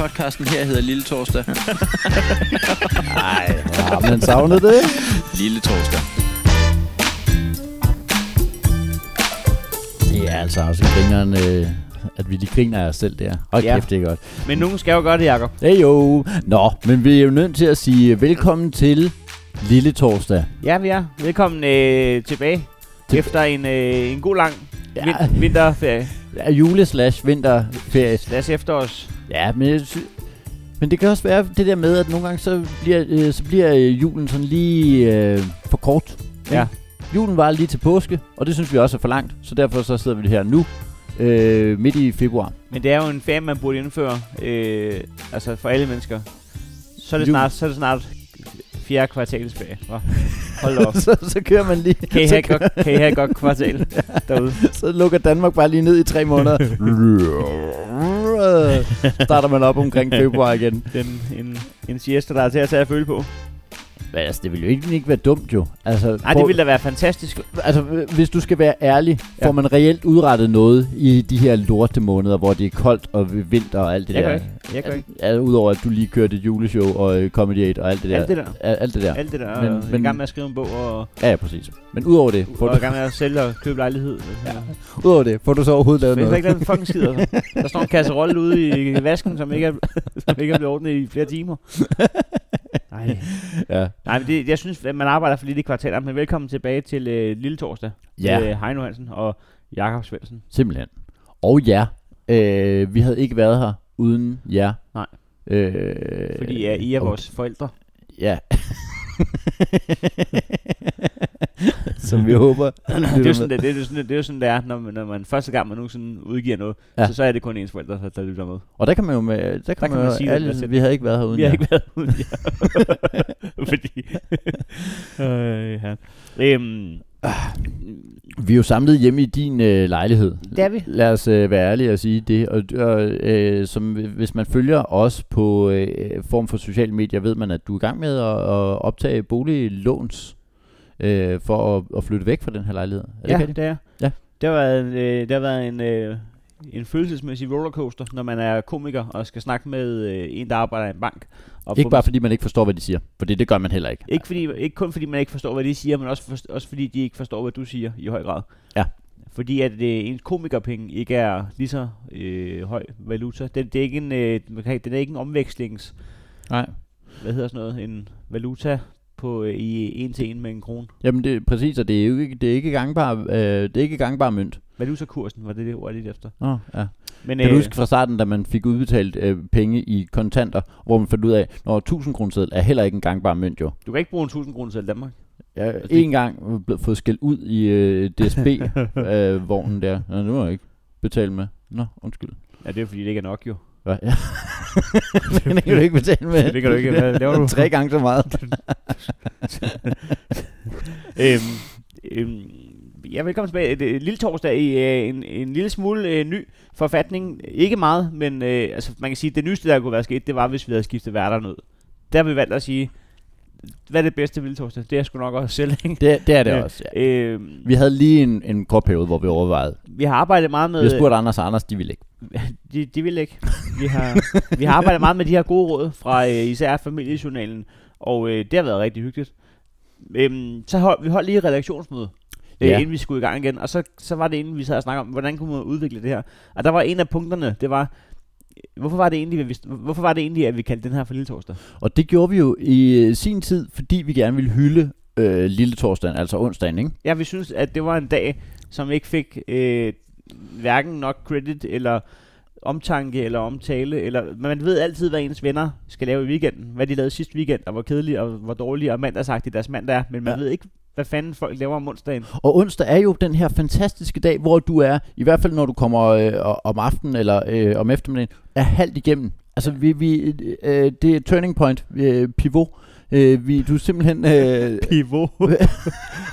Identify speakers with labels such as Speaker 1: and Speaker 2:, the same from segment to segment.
Speaker 1: podcasten her hedder Lille Torsdag.
Speaker 2: Nej, har man savnet det?
Speaker 1: Lille Torsdag.
Speaker 2: Det er altså også grineren, øh, at vi lige griner af os selv der. Hold
Speaker 3: Ja.
Speaker 2: kæft, det er godt.
Speaker 3: Men nogen skal jo gøre det, Jacob.
Speaker 2: Hey jo. Nå, men vi er jo nødt til at sige velkommen til Lille Torsdag.
Speaker 3: Ja, vi er. Velkommen øh, tilbage
Speaker 2: Til-
Speaker 3: efter en, øh, en god lang
Speaker 2: Ja.
Speaker 3: vin- vinterferie.
Speaker 2: Ja, jule slash vinterferie.
Speaker 3: Slash efterårs.
Speaker 2: Ja, men, jeg sy- men det kan også være det der med, at nogle gange så bliver, øh, så bliver øh, julen sådan lige øh, for kort.
Speaker 3: Ja.
Speaker 2: Julen var lige til påske, og det synes vi også er for langt, så derfor så sidder vi her nu, øh, midt i februar.
Speaker 3: Men det er jo en ferie, man burde indføre. Øh, altså for alle mennesker. Så er det
Speaker 2: Jul.
Speaker 3: snart, så er det snart fjerde kvartal tilbage. Hva? Hold da op.
Speaker 2: så, så kører man lige,
Speaker 3: Kan I have
Speaker 2: så,
Speaker 3: et godt, kan I have et godt kvartal derude?
Speaker 2: så lukker Danmark bare lige ned i tre måneder. Starter man op omkring februar igen.
Speaker 3: Den, en, en siesta, der er til at tage at føle på.
Speaker 2: Men altså, det ville jo ikke, ikke være dumt jo. Altså,
Speaker 3: Nej, det ville da være fantastisk.
Speaker 2: Altså, hvis du skal være ærlig,
Speaker 3: Ja.
Speaker 2: får man reelt udrettet noget i de her lorte måneder, hvor det er koldt og vinter og alt det
Speaker 3: Jeg
Speaker 2: der?
Speaker 3: gør ikke. Jeg gør ikke.
Speaker 2: Altså, udover at du lige kørte et juleshow og øh, Comedy 8 og alt det der.
Speaker 3: Alt det der.
Speaker 2: Al- alt det der.
Speaker 3: Alt det der.
Speaker 2: Men-
Speaker 3: Men, men, jeg er
Speaker 2: men-
Speaker 3: i gang med at skrive en bog og,
Speaker 2: Ja, ja, præcis. Men udover det, får
Speaker 3: og i
Speaker 2: du,
Speaker 3: gang med at sælge og købe lejlighed. Ja.
Speaker 2: udover det, får du så overhovedet lavet
Speaker 3: Men jeg har ikke
Speaker 2: noget?
Speaker 3: lavet en fucking skid. altså. Der står en kasserolle ude i i vasken, som ikke er, som ikke er blevet ordnet i flere timer. Nej,
Speaker 2: Ja.
Speaker 3: Nej men det, jeg synes, at man arbejder for lidt i kvartaler. Men velkommen tilbage til øh, Lille Torsdag.
Speaker 2: ja,
Speaker 3: Med øh, Heino Hansen og Jakob Svendsen.
Speaker 2: simpelthen. Og ja, øh, vi havde ikke været her uden jer.
Speaker 3: Nej.
Speaker 2: Øh,
Speaker 3: Fordi øh, I er
Speaker 2: og-
Speaker 3: vores forældre.
Speaker 2: Ja. Som vi håber.
Speaker 3: Det er jo sådan, det, det, er jo sådan, det, det er jo sådan, det er, når man, når man første gang, man nogensinde udgiver noget,
Speaker 2: Ja.
Speaker 3: ja. så, så er det kun ens forældre, der, der lytter med.
Speaker 2: Og der kan man jo med, der kan, der man,
Speaker 3: kan man
Speaker 2: jo
Speaker 3: sige
Speaker 2: sige,
Speaker 3: den
Speaker 2: alle,
Speaker 3: der sætning.
Speaker 2: vi havde ikke været her uden
Speaker 3: Vi har
Speaker 2: jer.
Speaker 3: ikke været uden jer. Fordi... øh, ja. Øhm,
Speaker 2: Vi er jo samlet hjemme i din øh, lejlighed.
Speaker 3: det er vi.
Speaker 2: Lad os øh, være ærlige og sige det. Og, og øh, som, hvis man følger os på øh, form for sociale medier, ved man, at du er i gang med at, at optage boliglåns øh, for at, at flytte væk fra den her lejlighed. Er det
Speaker 3: Ja,
Speaker 2: rigtigt?
Speaker 3: det er.
Speaker 2: Ja.
Speaker 3: Det har været, en, øh, det har været en, øh, en følelsesmæssig rollercoaster, når man er komiker og skal snakke med øh, en, der arbejder i en bank. Og
Speaker 2: Ikke
Speaker 3: få-
Speaker 2: bare fordi man ikke forstår, hvad de siger. For det, det gør man heller ikke.
Speaker 3: ikke, fordi, ikke kun fordi man ikke forstår, hvad de siger, men også, forst- også fordi de ikke forstår, hvad du siger i høj grad.
Speaker 2: Ja.
Speaker 3: Fordi at øh, ens komikerpenge ikke er lige så øh, høj valuta. Det, det er ikke en, øh, man kan, den er ikke en omvekslings...
Speaker 2: Nej.
Speaker 3: hvad hedder sådan noget, en valuta på øh, i en til en med en krone.
Speaker 2: Jamen det er præcis, og det er jo ikke, det er ikke gangbar, øh, det er ikke gangbar mønt.
Speaker 3: Valutakursen var det det ord jeg lidt efter.
Speaker 2: Oh, ja.
Speaker 3: Men øh,
Speaker 2: Kan du huske fra starten, da man fik udbetalt øh, penge i kontanter, hvor man fandt ud af, når 1000 kroner er heller ikke en gangbar mønt jo.
Speaker 3: du kan ikke bruge en 1000 kroner selv i Danmark.
Speaker 2: Jeg en gang blev fået skældt ud i øh, DSB-vognen øh, der. Nå, nu må jeg ikke betale med. Nå, undskyld.
Speaker 3: Ja, det er fordi det ikke er nok jo.
Speaker 2: Hvad? Ja. det kan du ikke betale med.
Speaker 3: Det kan du ikke. Hvad laver du?
Speaker 2: Tre gange så meget.
Speaker 3: øhm, øhm, ja, velkommen tilbage. Et, et lille torsdag i øh, en, en lille smule øh, ny forfatning. Ikke meget, men øh, altså, man kan sige, at det nyeste, der kunne være sket, det var, hvis vi havde skiftet værterne ud. Der har vi valgt at sige, hvad er det bedste ved lille torsdag? Det er sgu nok også selv, ikke?
Speaker 2: Det, det er det
Speaker 3: Ja.
Speaker 2: også, ja.
Speaker 3: Øhm,
Speaker 2: Vi havde lige en, en kort periode, hvor vi overvejede.
Speaker 3: vi har arbejdet meget med...
Speaker 2: Jeg spurgte Anders, og Anders, de ville ikke.
Speaker 3: De, de vil ikke. Vi har, vi har arbejdet meget med de her gode råd fra øh, især familiejournalen, og øh, det har været rigtig hyggeligt. Øhm, så hold, vi holdt lige et redaktionsmøde, øh,
Speaker 2: Ja.
Speaker 3: inden vi skulle i gang igen, og så, så var det inden vi sad og snakkede om, hvordan kunne man udvikle det her. Og der var en af punkterne, det var, øh, hvorfor var det egentlig, at vi, hvorfor var det egentlig, at vi kaldte den her for Lille Torsdag?
Speaker 2: Og det gjorde vi jo i øh, sin tid, fordi vi gerne ville hylde øh, lille torsdagen, altså onsdagen, ikke?
Speaker 3: Ja, vi synes, at det var en dag, som ikke fik øh, hverken nok credit eller omtanke eller omtale. Eller, men man ved altid, hvad ens venner skal lave i weekenden. Hvad de lavede sidste weekend, og hvor kedelige og hvor dårlige og mandagsagtige deres mandag er. Men man
Speaker 2: Ja.
Speaker 3: ja. ved ikke, hvad fanden folk laver om onsdagen.
Speaker 2: Og onsdag er jo den her fantastiske dag, hvor du er, i hvert fald når du kommer øh, o- om aftenen eller øh, om eftermiddagen, er halvt igennem. Altså, vi, vi, øh, det er turning point, øh, pivot. Øh, vi, du er simpelthen... Øh,
Speaker 3: Pivot.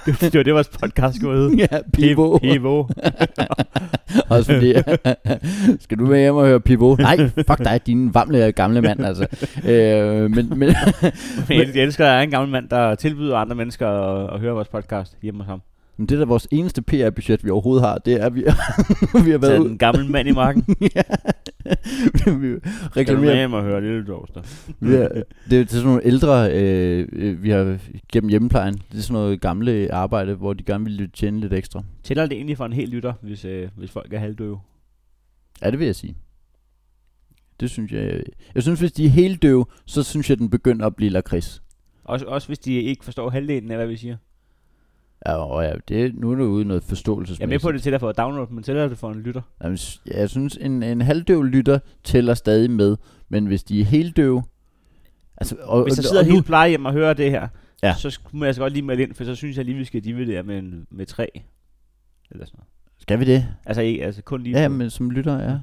Speaker 3: det, det var det, vores podcast skulle hedde.
Speaker 2: ja, pivot.
Speaker 3: Pivot.
Speaker 2: Også fordi, skal du med hjem og høre pivot? Nej, fuck dig, din vamle gamle mand, altså. Øh, men, men,
Speaker 3: Men jeg elsker, at der er en gammel mand, der tilbyder andre mennesker at, at høre vores podcast hjemme hos ham.
Speaker 2: men det er da vores eneste PR-budget, vi overhovedet har, det er, at vi, vi har været
Speaker 3: Så
Speaker 2: ud,
Speaker 3: en gammel mand i marken.
Speaker 2: ja. vi
Speaker 3: Kan du
Speaker 2: reklamerer
Speaker 3: med mig høre Lille Torsdag?
Speaker 2: vi er, det er jo til sådan nogle ældre, øh, øh, vi har gennem hjemmeplejen. Det er sådan noget gamle arbejde, hvor de gerne ville tjene lidt ekstra.
Speaker 3: Tæller det egentlig for en hel lytter, hvis, øh, hvis folk er halvdøve?
Speaker 2: Ja, det vil jeg sige. Det synes jeg. øh, Jeg synes, hvis de er helt døve, så synes jeg, den begynder at blive lakrids.
Speaker 3: Også, også hvis de ikke forstår halvdelen af, hvad vi siger.
Speaker 2: Ja, og ja, det, nu er det ude i noget forståelsesmæssigt.
Speaker 3: Jeg er med på, at det tæller for at downloade, men tæller det for en lytter?
Speaker 2: Jamen, s- ja, jeg synes, en, en halvdøv lytter tæller stadig med, men hvis de er helt døve... Altså, og,
Speaker 3: Hvis der
Speaker 2: og-
Speaker 3: sidder
Speaker 2: og nu-
Speaker 3: hele plejehjem og hører det her,
Speaker 2: Ja.
Speaker 3: ja. så sk- må jeg så godt lige melde ind, for så synes jeg lige, vi skal dividere med, en, med tre. Eller sådan noget.
Speaker 2: Skal vi det?
Speaker 3: Altså, ikke, altså kun lige...
Speaker 2: Ja,
Speaker 3: på-
Speaker 2: men som lytter, ja.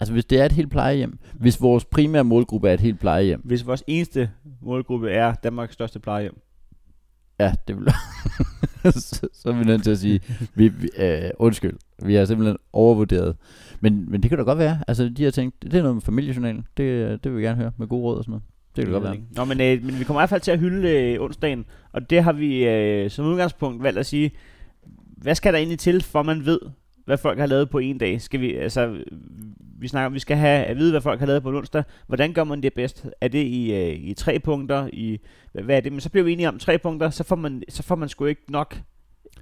Speaker 2: Altså, hvis det er et helt plejehjem. Hvis vores primære målgruppe er et helt plejehjem.
Speaker 3: Hvis vores eneste målgruppe er Danmarks største plejehjem.
Speaker 2: Ja, det vil... så, så er vi nødt til at sige, vi, vi øh, undskyld, vi er simpelthen overvurderet. Men, men det kan da godt være. Altså, de har tænkt, det er noget med familiejournalen. Det, øh, det vil vi gerne høre med gode råd og sådan noget. Det kan da godt være.
Speaker 3: Nå, men, øh, men vi kommer i hvert fald til at hylde øh, onsdagen, og det har vi øh, som udgangspunkt valgt at sige, hvad skal der egentlig til, for man ved, hvad folk har lavet på en dag? Skal vi, altså, øh, vi snakker om, vi skal have at vide, hvad folk har lavet på en onsdag. Hvordan gør man det bedst? Er det i, øh, i tre punkter? I, hvad, hvad er det? Men så bliver vi enige om tre punkter, så får man, så får man sgu ikke nok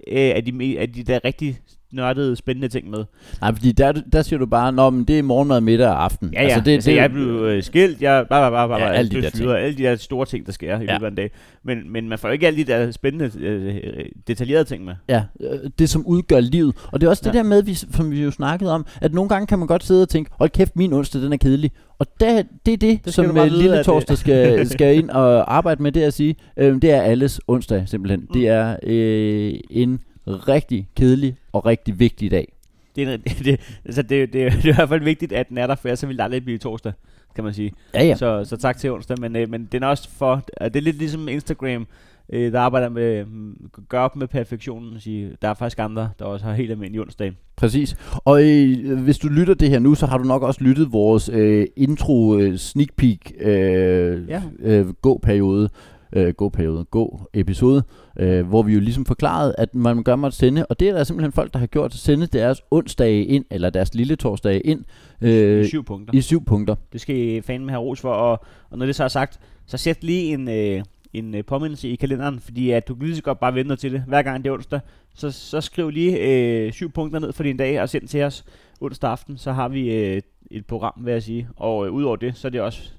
Speaker 3: øh, af, de, me- af de der rigtig nørdede, spændende ting med.
Speaker 2: Nej, fordi der, der siger du bare, nå, men det er morgenmad, middag og aften.
Speaker 3: Ja, ja. Altså, det, altså, det, jeg blev øh, skilt, jeg bare, bare, bare,
Speaker 2: Ja,
Speaker 3: bare,
Speaker 2: alle de der
Speaker 3: alle de der store ting, der sker i
Speaker 2: Ja.
Speaker 3: løbet af en dag. Men, men man får ikke alle de der spændende, øh, øh, detaljerede ting med.
Speaker 2: Ja, øh, det som udgør livet. Og det er også det
Speaker 3: Ja.
Speaker 2: der med, vi, som vi jo snakkede om, at nogle gange kan man godt sidde og tænke, hold kæft, min onsdag, den er kedelig. Og der, det er det,
Speaker 3: skal
Speaker 2: det som
Speaker 3: du bare
Speaker 2: øh,
Speaker 3: vide,
Speaker 2: Lille
Speaker 3: at-
Speaker 2: Torsdag skal, skal ind og arbejde med, det er at sige, øh, det er alles onsdag simpelthen. Mm. Det er øh, en rigtig kedelig og rigtig vigtig dag.
Speaker 3: Det er, en- det, det, altså det, det, det er i hvert fald vigtigt, at den er der, for ellers så vil det aldrig blive torsdag, kan man sige.
Speaker 2: Ja, ja.
Speaker 3: Ja. Så, så tak til onsdag, men, øh, men den er også for, og det er lidt ligesom Instagram, øh, der arbejder med, mm, gør op med perfektionen, og sige, der er faktisk andre, der også har helt almindelig onsdag.
Speaker 2: Præcis. Og øh, hvis du lytter det her nu, så har du nok også lyttet vores øh, intro øh, sneak peek øh, ja.
Speaker 3: Ja.
Speaker 2: øh, gå-periode. Øh, gå-periode, gå-episode, øh, hvor vi jo ligesom forklarede, at man gør mig at sende, og det er der simpelthen folk, der har gjort at sende deres onsdage ind, eller deres lille torsdage ind, øh,
Speaker 3: Øh, syv punkter.
Speaker 2: i syv punkter.
Speaker 3: Det skal I fandme have ros for, og, og når det så er sagt, så sæt lige en, øh, en øh, påmindelse i kalenderen, fordi at du kan lige så godt bare vente til det. Hver gang det er onsdag, så, så skriv lige øh, syv punkter ned for din dag og send til os onsdag aften, så har vi øh, et program, vil jeg sige. Og øh, udover det, så er det også,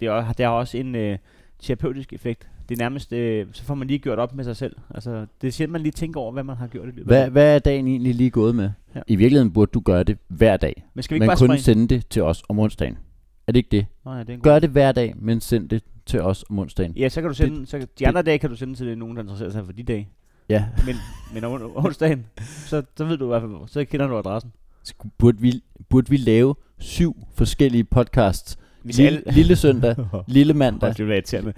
Speaker 3: det er, det har også en øh, terapeutisk effekt. Det er nærmest, øh, så får man lige gjort op med sig selv. Altså, det er sjældent, man lige tænker over, hvad man har gjort i løbet af
Speaker 2: Hvad,
Speaker 3: dagen.
Speaker 2: hvad er dagen egentlig lige gået med? Ja.
Speaker 3: Ja.
Speaker 2: I virkeligheden burde du gøre det hver dag,
Speaker 3: Men skal vi ikke
Speaker 2: men
Speaker 3: bare
Speaker 2: kun
Speaker 3: springe?
Speaker 2: sende det til os om onsdagen. Er det ikke det?
Speaker 3: Nå, ja, det er en god
Speaker 2: Gør det hver dag, men send det til os om onsdagen.
Speaker 3: Ja, så kan du sende, så, kan- de andre dage kan du sende til nogen, der interesserer sig for de dage.
Speaker 2: Ja.
Speaker 3: Men, men om on- onsdagen, så, så ved du i hvert fald, så kender du adressen.
Speaker 2: Sku- burde vi, burde vi lave syv forskellige podcasts.
Speaker 3: Hvis
Speaker 2: Lille,
Speaker 3: alle-
Speaker 2: lille søndag, lille mandag.
Speaker 3: Hold, det bliver irriterende.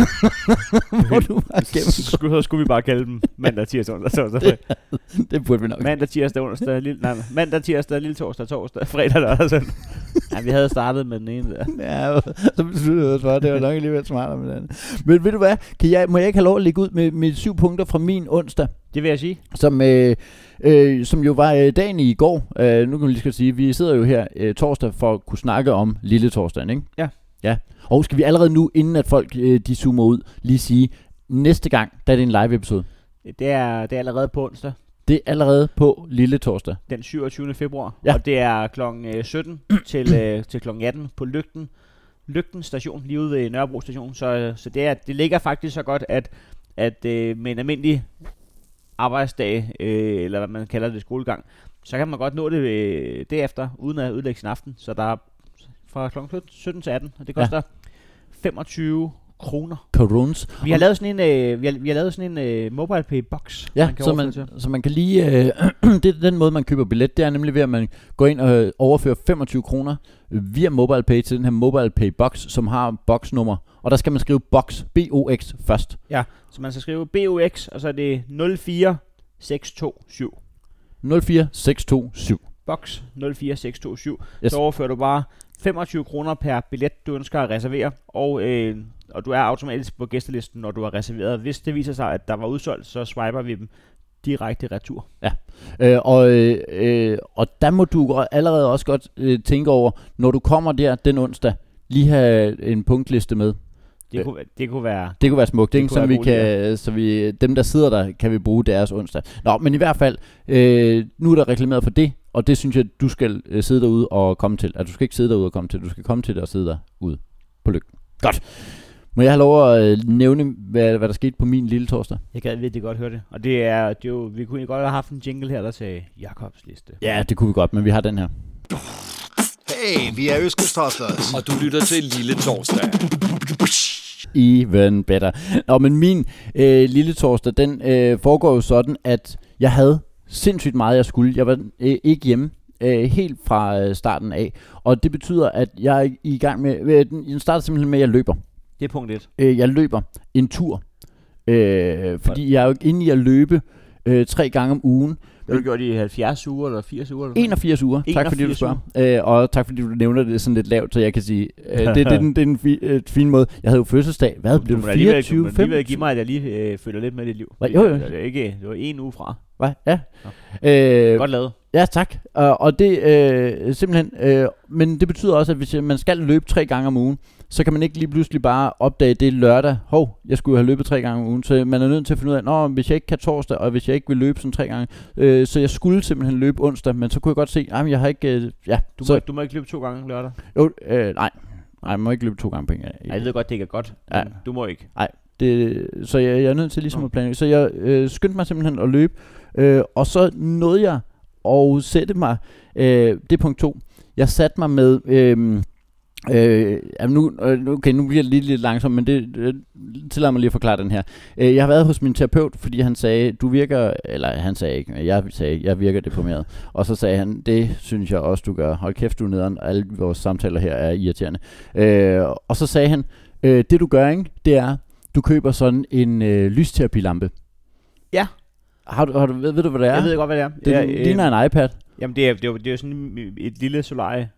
Speaker 2: Må du bare gennemgå.
Speaker 3: Skulle, så skulle vi bare kalde dem mandag, tirsdag, onsdag, torsdag, fredag.
Speaker 2: Det burde vi nok.
Speaker 3: Mandag, tirsdag, onsdag, lille, nej, mandag, tirsdag, lille torsdag, torsdag, fredag, lørdag, søndag. Nej, vi havde startet med den ene der.
Speaker 2: Ja, så besluttede jeg os for, at det var nok alligevel smartere med det andet. Men ved du hvad, kan jeg, må jeg ikke have lov at lægge ud med, med syv punkter fra min onsdag,
Speaker 3: Det vil jeg sige.
Speaker 2: som, øh, øh, som jo var øh, dagen i går. Øh, nu kan vi lige skal sige, vi sidder jo her øh, torsdag for at kunne snakke om lille torsdagen, ikke?
Speaker 3: Ja.
Speaker 2: Ja, og skal vi allerede nu, inden at folk øh, de zoomer ud, lige sige, næste gang, der er det en live episode.
Speaker 3: Det er, det er allerede på onsdag,
Speaker 2: Det er allerede på lille torsdag.
Speaker 3: den 27. februar.
Speaker 2: Ja.
Speaker 3: Ja. Og det er kl. 17 til, øh, til kl. 18 på Lygten. Lygten station, lige ude ved Nørrebro station. Så, øh, så det, er, det ligger faktisk så godt, at, at øh, med en almindelig arbejdsdag, øh, eller hvad man kalder det, skolegang, så kan man godt nå det øh, derefter, uden at ødelægge sin aften. Så der er fra kl. 17 til 18, og det
Speaker 2: Ja.
Speaker 3: koster ja. 25 kroner.
Speaker 2: Corons.
Speaker 3: Vi har lavet sådan en, øh, vi har, vi har lavet sådan en øh, mobile pay box.
Speaker 2: Ja, man så, man, så man kan lige... Øh, det er den måde, man køber billet. Det er nemlig ved, at man går ind og øh, overfører 25 kroner via MobilePay til den her MobilePay box, som har boxnummer. Og der skal man skrive box, B-O-X, først.
Speaker 3: Så man skal skrive BOX, og så er det 04627.
Speaker 2: 04627.
Speaker 3: Box 04627.
Speaker 2: Yes.
Speaker 3: Yes. Så overfører du bare 25 kroner per billet, du ønsker at reservere, og, øh, og du er automatisk på gæstelisten, når du har reserveret. Hvis det viser sig, at der var udsolgt, så swiper vi dem direkte retur.
Speaker 2: Øh, og, øh, øh, og der må du gr- allerede også godt øh, tænke over, når du kommer der den onsdag, lige have en punktliste med.
Speaker 3: Det,
Speaker 2: Øh.
Speaker 3: kunne, være- det kunne være...
Speaker 2: Det kunne være smukt,
Speaker 3: Det
Speaker 2: ikke?
Speaker 3: kunne
Speaker 2: Så
Speaker 3: være
Speaker 2: vi
Speaker 3: god
Speaker 2: kan, så vi, dem, der sidder der, kan vi bruge deres onsdag. Nå, men i hvert fald, øh, nu er der reklameret for det, og det synes jeg, du skal øh, sidde derude og komme til. Altså, du skal ikke sidde derude og komme til, du skal komme til det og sidde derude på lygten. Godt. Må jeg have lov at øh, nævne, hvad, hvad der skete på min lille torsdag?
Speaker 3: Jeg gad virkelig godt høre det. Og det er, det er jo, vi kunne egentlig godt have haft en jingle her, der sagde Jakobs liste.
Speaker 2: Ja, det kunne vi godt, men vi har den her.
Speaker 4: Hey, vi er Øskestoflers.
Speaker 5: Og du lytter til Lille Torsdag.
Speaker 2: Even better. Nå, men min øh, lille torsdag, den øh, foregår jo sådan, at jeg havde sindssygt meget, jeg skulle. Jeg var øh, ikke hjemme øh, helt fra øh, starten af. Og det betyder, at jeg er i gang med... Øh, den den starter simpelthen med, at jeg løber.
Speaker 3: Det er punkt 1.
Speaker 2: Øh, jeg løber en tur. Øh, fordi jeg er jo inde i at løbe øh, tre gange om ugen.
Speaker 3: Det har du gjort i 70 uger eller 80 uger? Eller sådan noget.
Speaker 2: 81 uger. Tak fordi du
Speaker 3: 81
Speaker 2: spørger. Øh, og tak fordi du nævner det sådan lidt lavt, så jeg kan sige, øh, det, det, er den, det er den fi, øh, fine måde. Jeg havde jo fødselsdag. Hvad blev du?
Speaker 3: du må da alligevel,
Speaker 2: 24?
Speaker 3: du må da alligevel
Speaker 2: 25?
Speaker 3: give mig, at jeg lige øh, følger lidt med dit liv.
Speaker 2: Hva- jo, jo.
Speaker 3: Det er ikke, det var en uge fra.
Speaker 2: Hvad? Ja. Øh,
Speaker 3: Godt lavet.
Speaker 2: ja, tak. Og, og det øh, simpelthen... Øh, men det betyder også, at hvis øh, man skal løbe tre gange om ugen, så kan man ikke lige pludselig bare opdage det lørdag. Hov, jeg skulle jo have løbet tre gange om ugen. Så man er nødt til at finde ud af, Nå, hvis jeg ikke kan torsdag, og hvis jeg ikke vil løbe sådan tre gange... Øh, så jeg skulle simpelthen løbe onsdag, men så kunne jeg godt se, at jeg har ikke... Øh, ja,
Speaker 3: Du, så, må,
Speaker 2: så,
Speaker 3: du må ikke løbe to gange lørdag.
Speaker 2: jo, øh, nej, nej, jeg må ikke løbe to gange på en gang.
Speaker 3: Ej, jeg ved godt, det ikke er godt.
Speaker 2: Ja.
Speaker 3: men Du må ikke.
Speaker 2: Det, så jeg, jeg er nødt til ligesom
Speaker 3: Nå.
Speaker 2: at planlægge. Så jeg øh, skyndte mig simpelthen at løbe. Øh, og så nåede jeg at sætte mig, øh, det er punkt to, jeg satte mig med, øh, øh, jamen nu, øh, nu- okay, nu bliver det lige lidt langsomt, men det øh, tillader mig lige at forklare den her. Øh, jeg har været hos min terapeut, fordi han sagde, du virker, eller han sagde ikke, men jeg sagde, jeg virker deprimeret. Og så sagde han, det synes jeg også, du gør. Hold kæft, du er nederen, alle vores samtaler her er irriterende. Øh, og så sagde han, øh, det du gør, ikke, det er, du køber sådan en øh, lysterapilampe.
Speaker 3: Ja.
Speaker 2: Har du, har du, ved, ved du, hvad det er?
Speaker 3: Jeg ved godt, hvad det er.
Speaker 2: det
Speaker 3: ja,
Speaker 2: ja, ligner en iPad.
Speaker 3: Jamen, det er, det er, jo- det er jo sådan et lille solarie.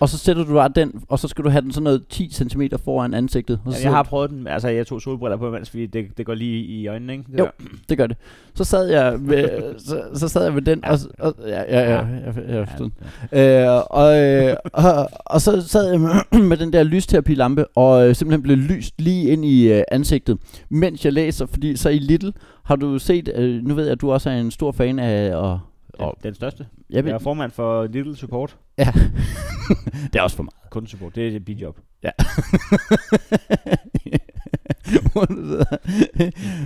Speaker 2: Og så sætter du bare den, og så skal du have den sådan noget 10 cm foran ansigtet. Og så
Speaker 3: Ja, jeg
Speaker 2: sidder
Speaker 3: har prøvet den. Altså, jeg tog solbriller på imens, fordi det, det går lige i øjnene, ikke? Det
Speaker 2: Jo.
Speaker 3: der.
Speaker 2: Det gør det. Så sad jeg med, så, så sad jeg med den, og, s- og ja, ja, ja,
Speaker 3: Ja.
Speaker 2: jeg, jeg forstod. Ja. Øh, og, øh, og, og så sad jeg med, med den der lysterapilampe, og øh, simpelthen blev lyst lige ind i øh, ansigtet, mens jeg læser, fordi så i Little har du set, øh, nu ved jeg, at du også er en stor fan af, og,
Speaker 3: Den,
Speaker 2: og
Speaker 3: den største.
Speaker 2: jeg
Speaker 3: Jeg
Speaker 2: ved,
Speaker 3: er formand for Little Support.
Speaker 2: ja. det er også for mig.
Speaker 3: Kundesupport. Det er et bidjob.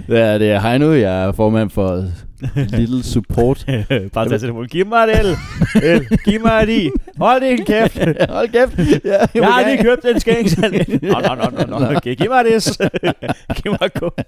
Speaker 2: ja, det er Heino, jeg er formand for Little Support.
Speaker 3: Bare tag telefonen. Giv mig et el. el. Giv mig et i. Hold din kæft.
Speaker 2: Hold kæft. Ja,
Speaker 3: Jeg har
Speaker 2: vil
Speaker 3: lige
Speaker 2: gerne-
Speaker 3: købt den skæng. Nå, nå, nå, nå, nå. Okay, giv mig det. giv mig et kub.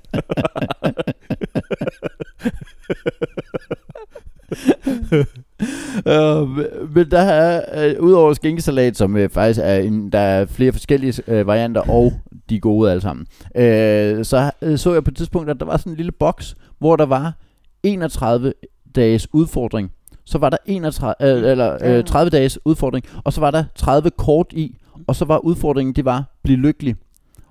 Speaker 2: Øh, men der er, øh, udover skinkesalat, som øh, faktisk er en, der er flere forskellige øh, varianter, og de er gode alle sammen, øh, så øh, så jeg på et tidspunkt, at der var sådan en lille boks, hvor der var 31 dages udfordring. Så var der 31, øh, eller, øh, 30 dages udfordring, og så var der 30 kort i, og så var udfordringen, det var, bliv lykkelig.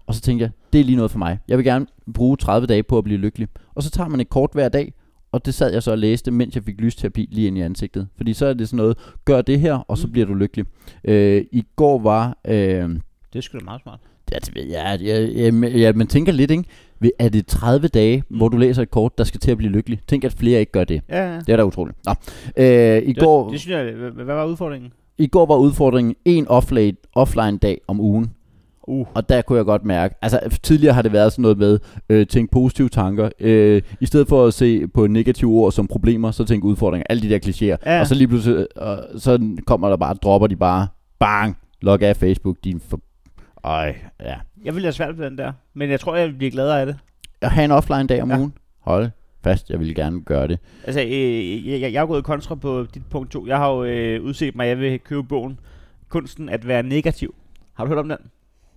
Speaker 2: Og så tænkte jeg, det er lige noget for mig. Jeg vil gerne bruge 30 dage på at blive lykkelig. Og så tager man et kort hver dag, og det sad jeg så og læste, mens jeg fik lysterapi lige ind i ansigtet. Fordi så er det sådan noget, gør det her, og
Speaker 3: Mm.
Speaker 2: så bliver du lykkelig. Øh, I går var... Øh,
Speaker 3: Det er sgu da meget smart.
Speaker 2: ja, det ved jeg, ja, ja, men- ja, man tænker lidt, ikke? Ved- Er det 30 dage,
Speaker 3: Mm.
Speaker 2: hvor du læser et kort, der skal til at blive lykkelig? Tænk, at flere ikke gør det.
Speaker 3: Ja, ja.
Speaker 2: Det er da utroligt. Nå. Øh, i,
Speaker 3: Det,
Speaker 2: går,
Speaker 3: det synes jeg, hvad, hvad var udfordringen?
Speaker 2: I går var udfordringen en offline, offline dag om ugen.
Speaker 3: Uh.
Speaker 2: Og der kunne jeg godt mærke, altså tidligere har det været sådan noget med, øh, tænk positive tanker. Øh, I stedet for at se på negative ord som problemer, så tænk udfordringer. Alle de der klichéer.
Speaker 3: Ja.
Speaker 2: Og så lige pludselig, øh, så kommer der bare, dropper de bare, bang, log af Facebook, din for... Ej, ja.
Speaker 3: Jeg ville have svært ved den der. Men jeg tror, jeg vil blive gladere af det.
Speaker 2: At have en offline dag om
Speaker 3: Ja.
Speaker 2: ja. ugen. Hold fast, jeg ville gerne gøre det.
Speaker 3: Altså, øh, jeg, jeg, jeg er jo gået kontra på dit punkt 2. Jeg har jo øh, udset mig, at jeg vil købe bogen Kunsten at være negativ. Har du hørt om den?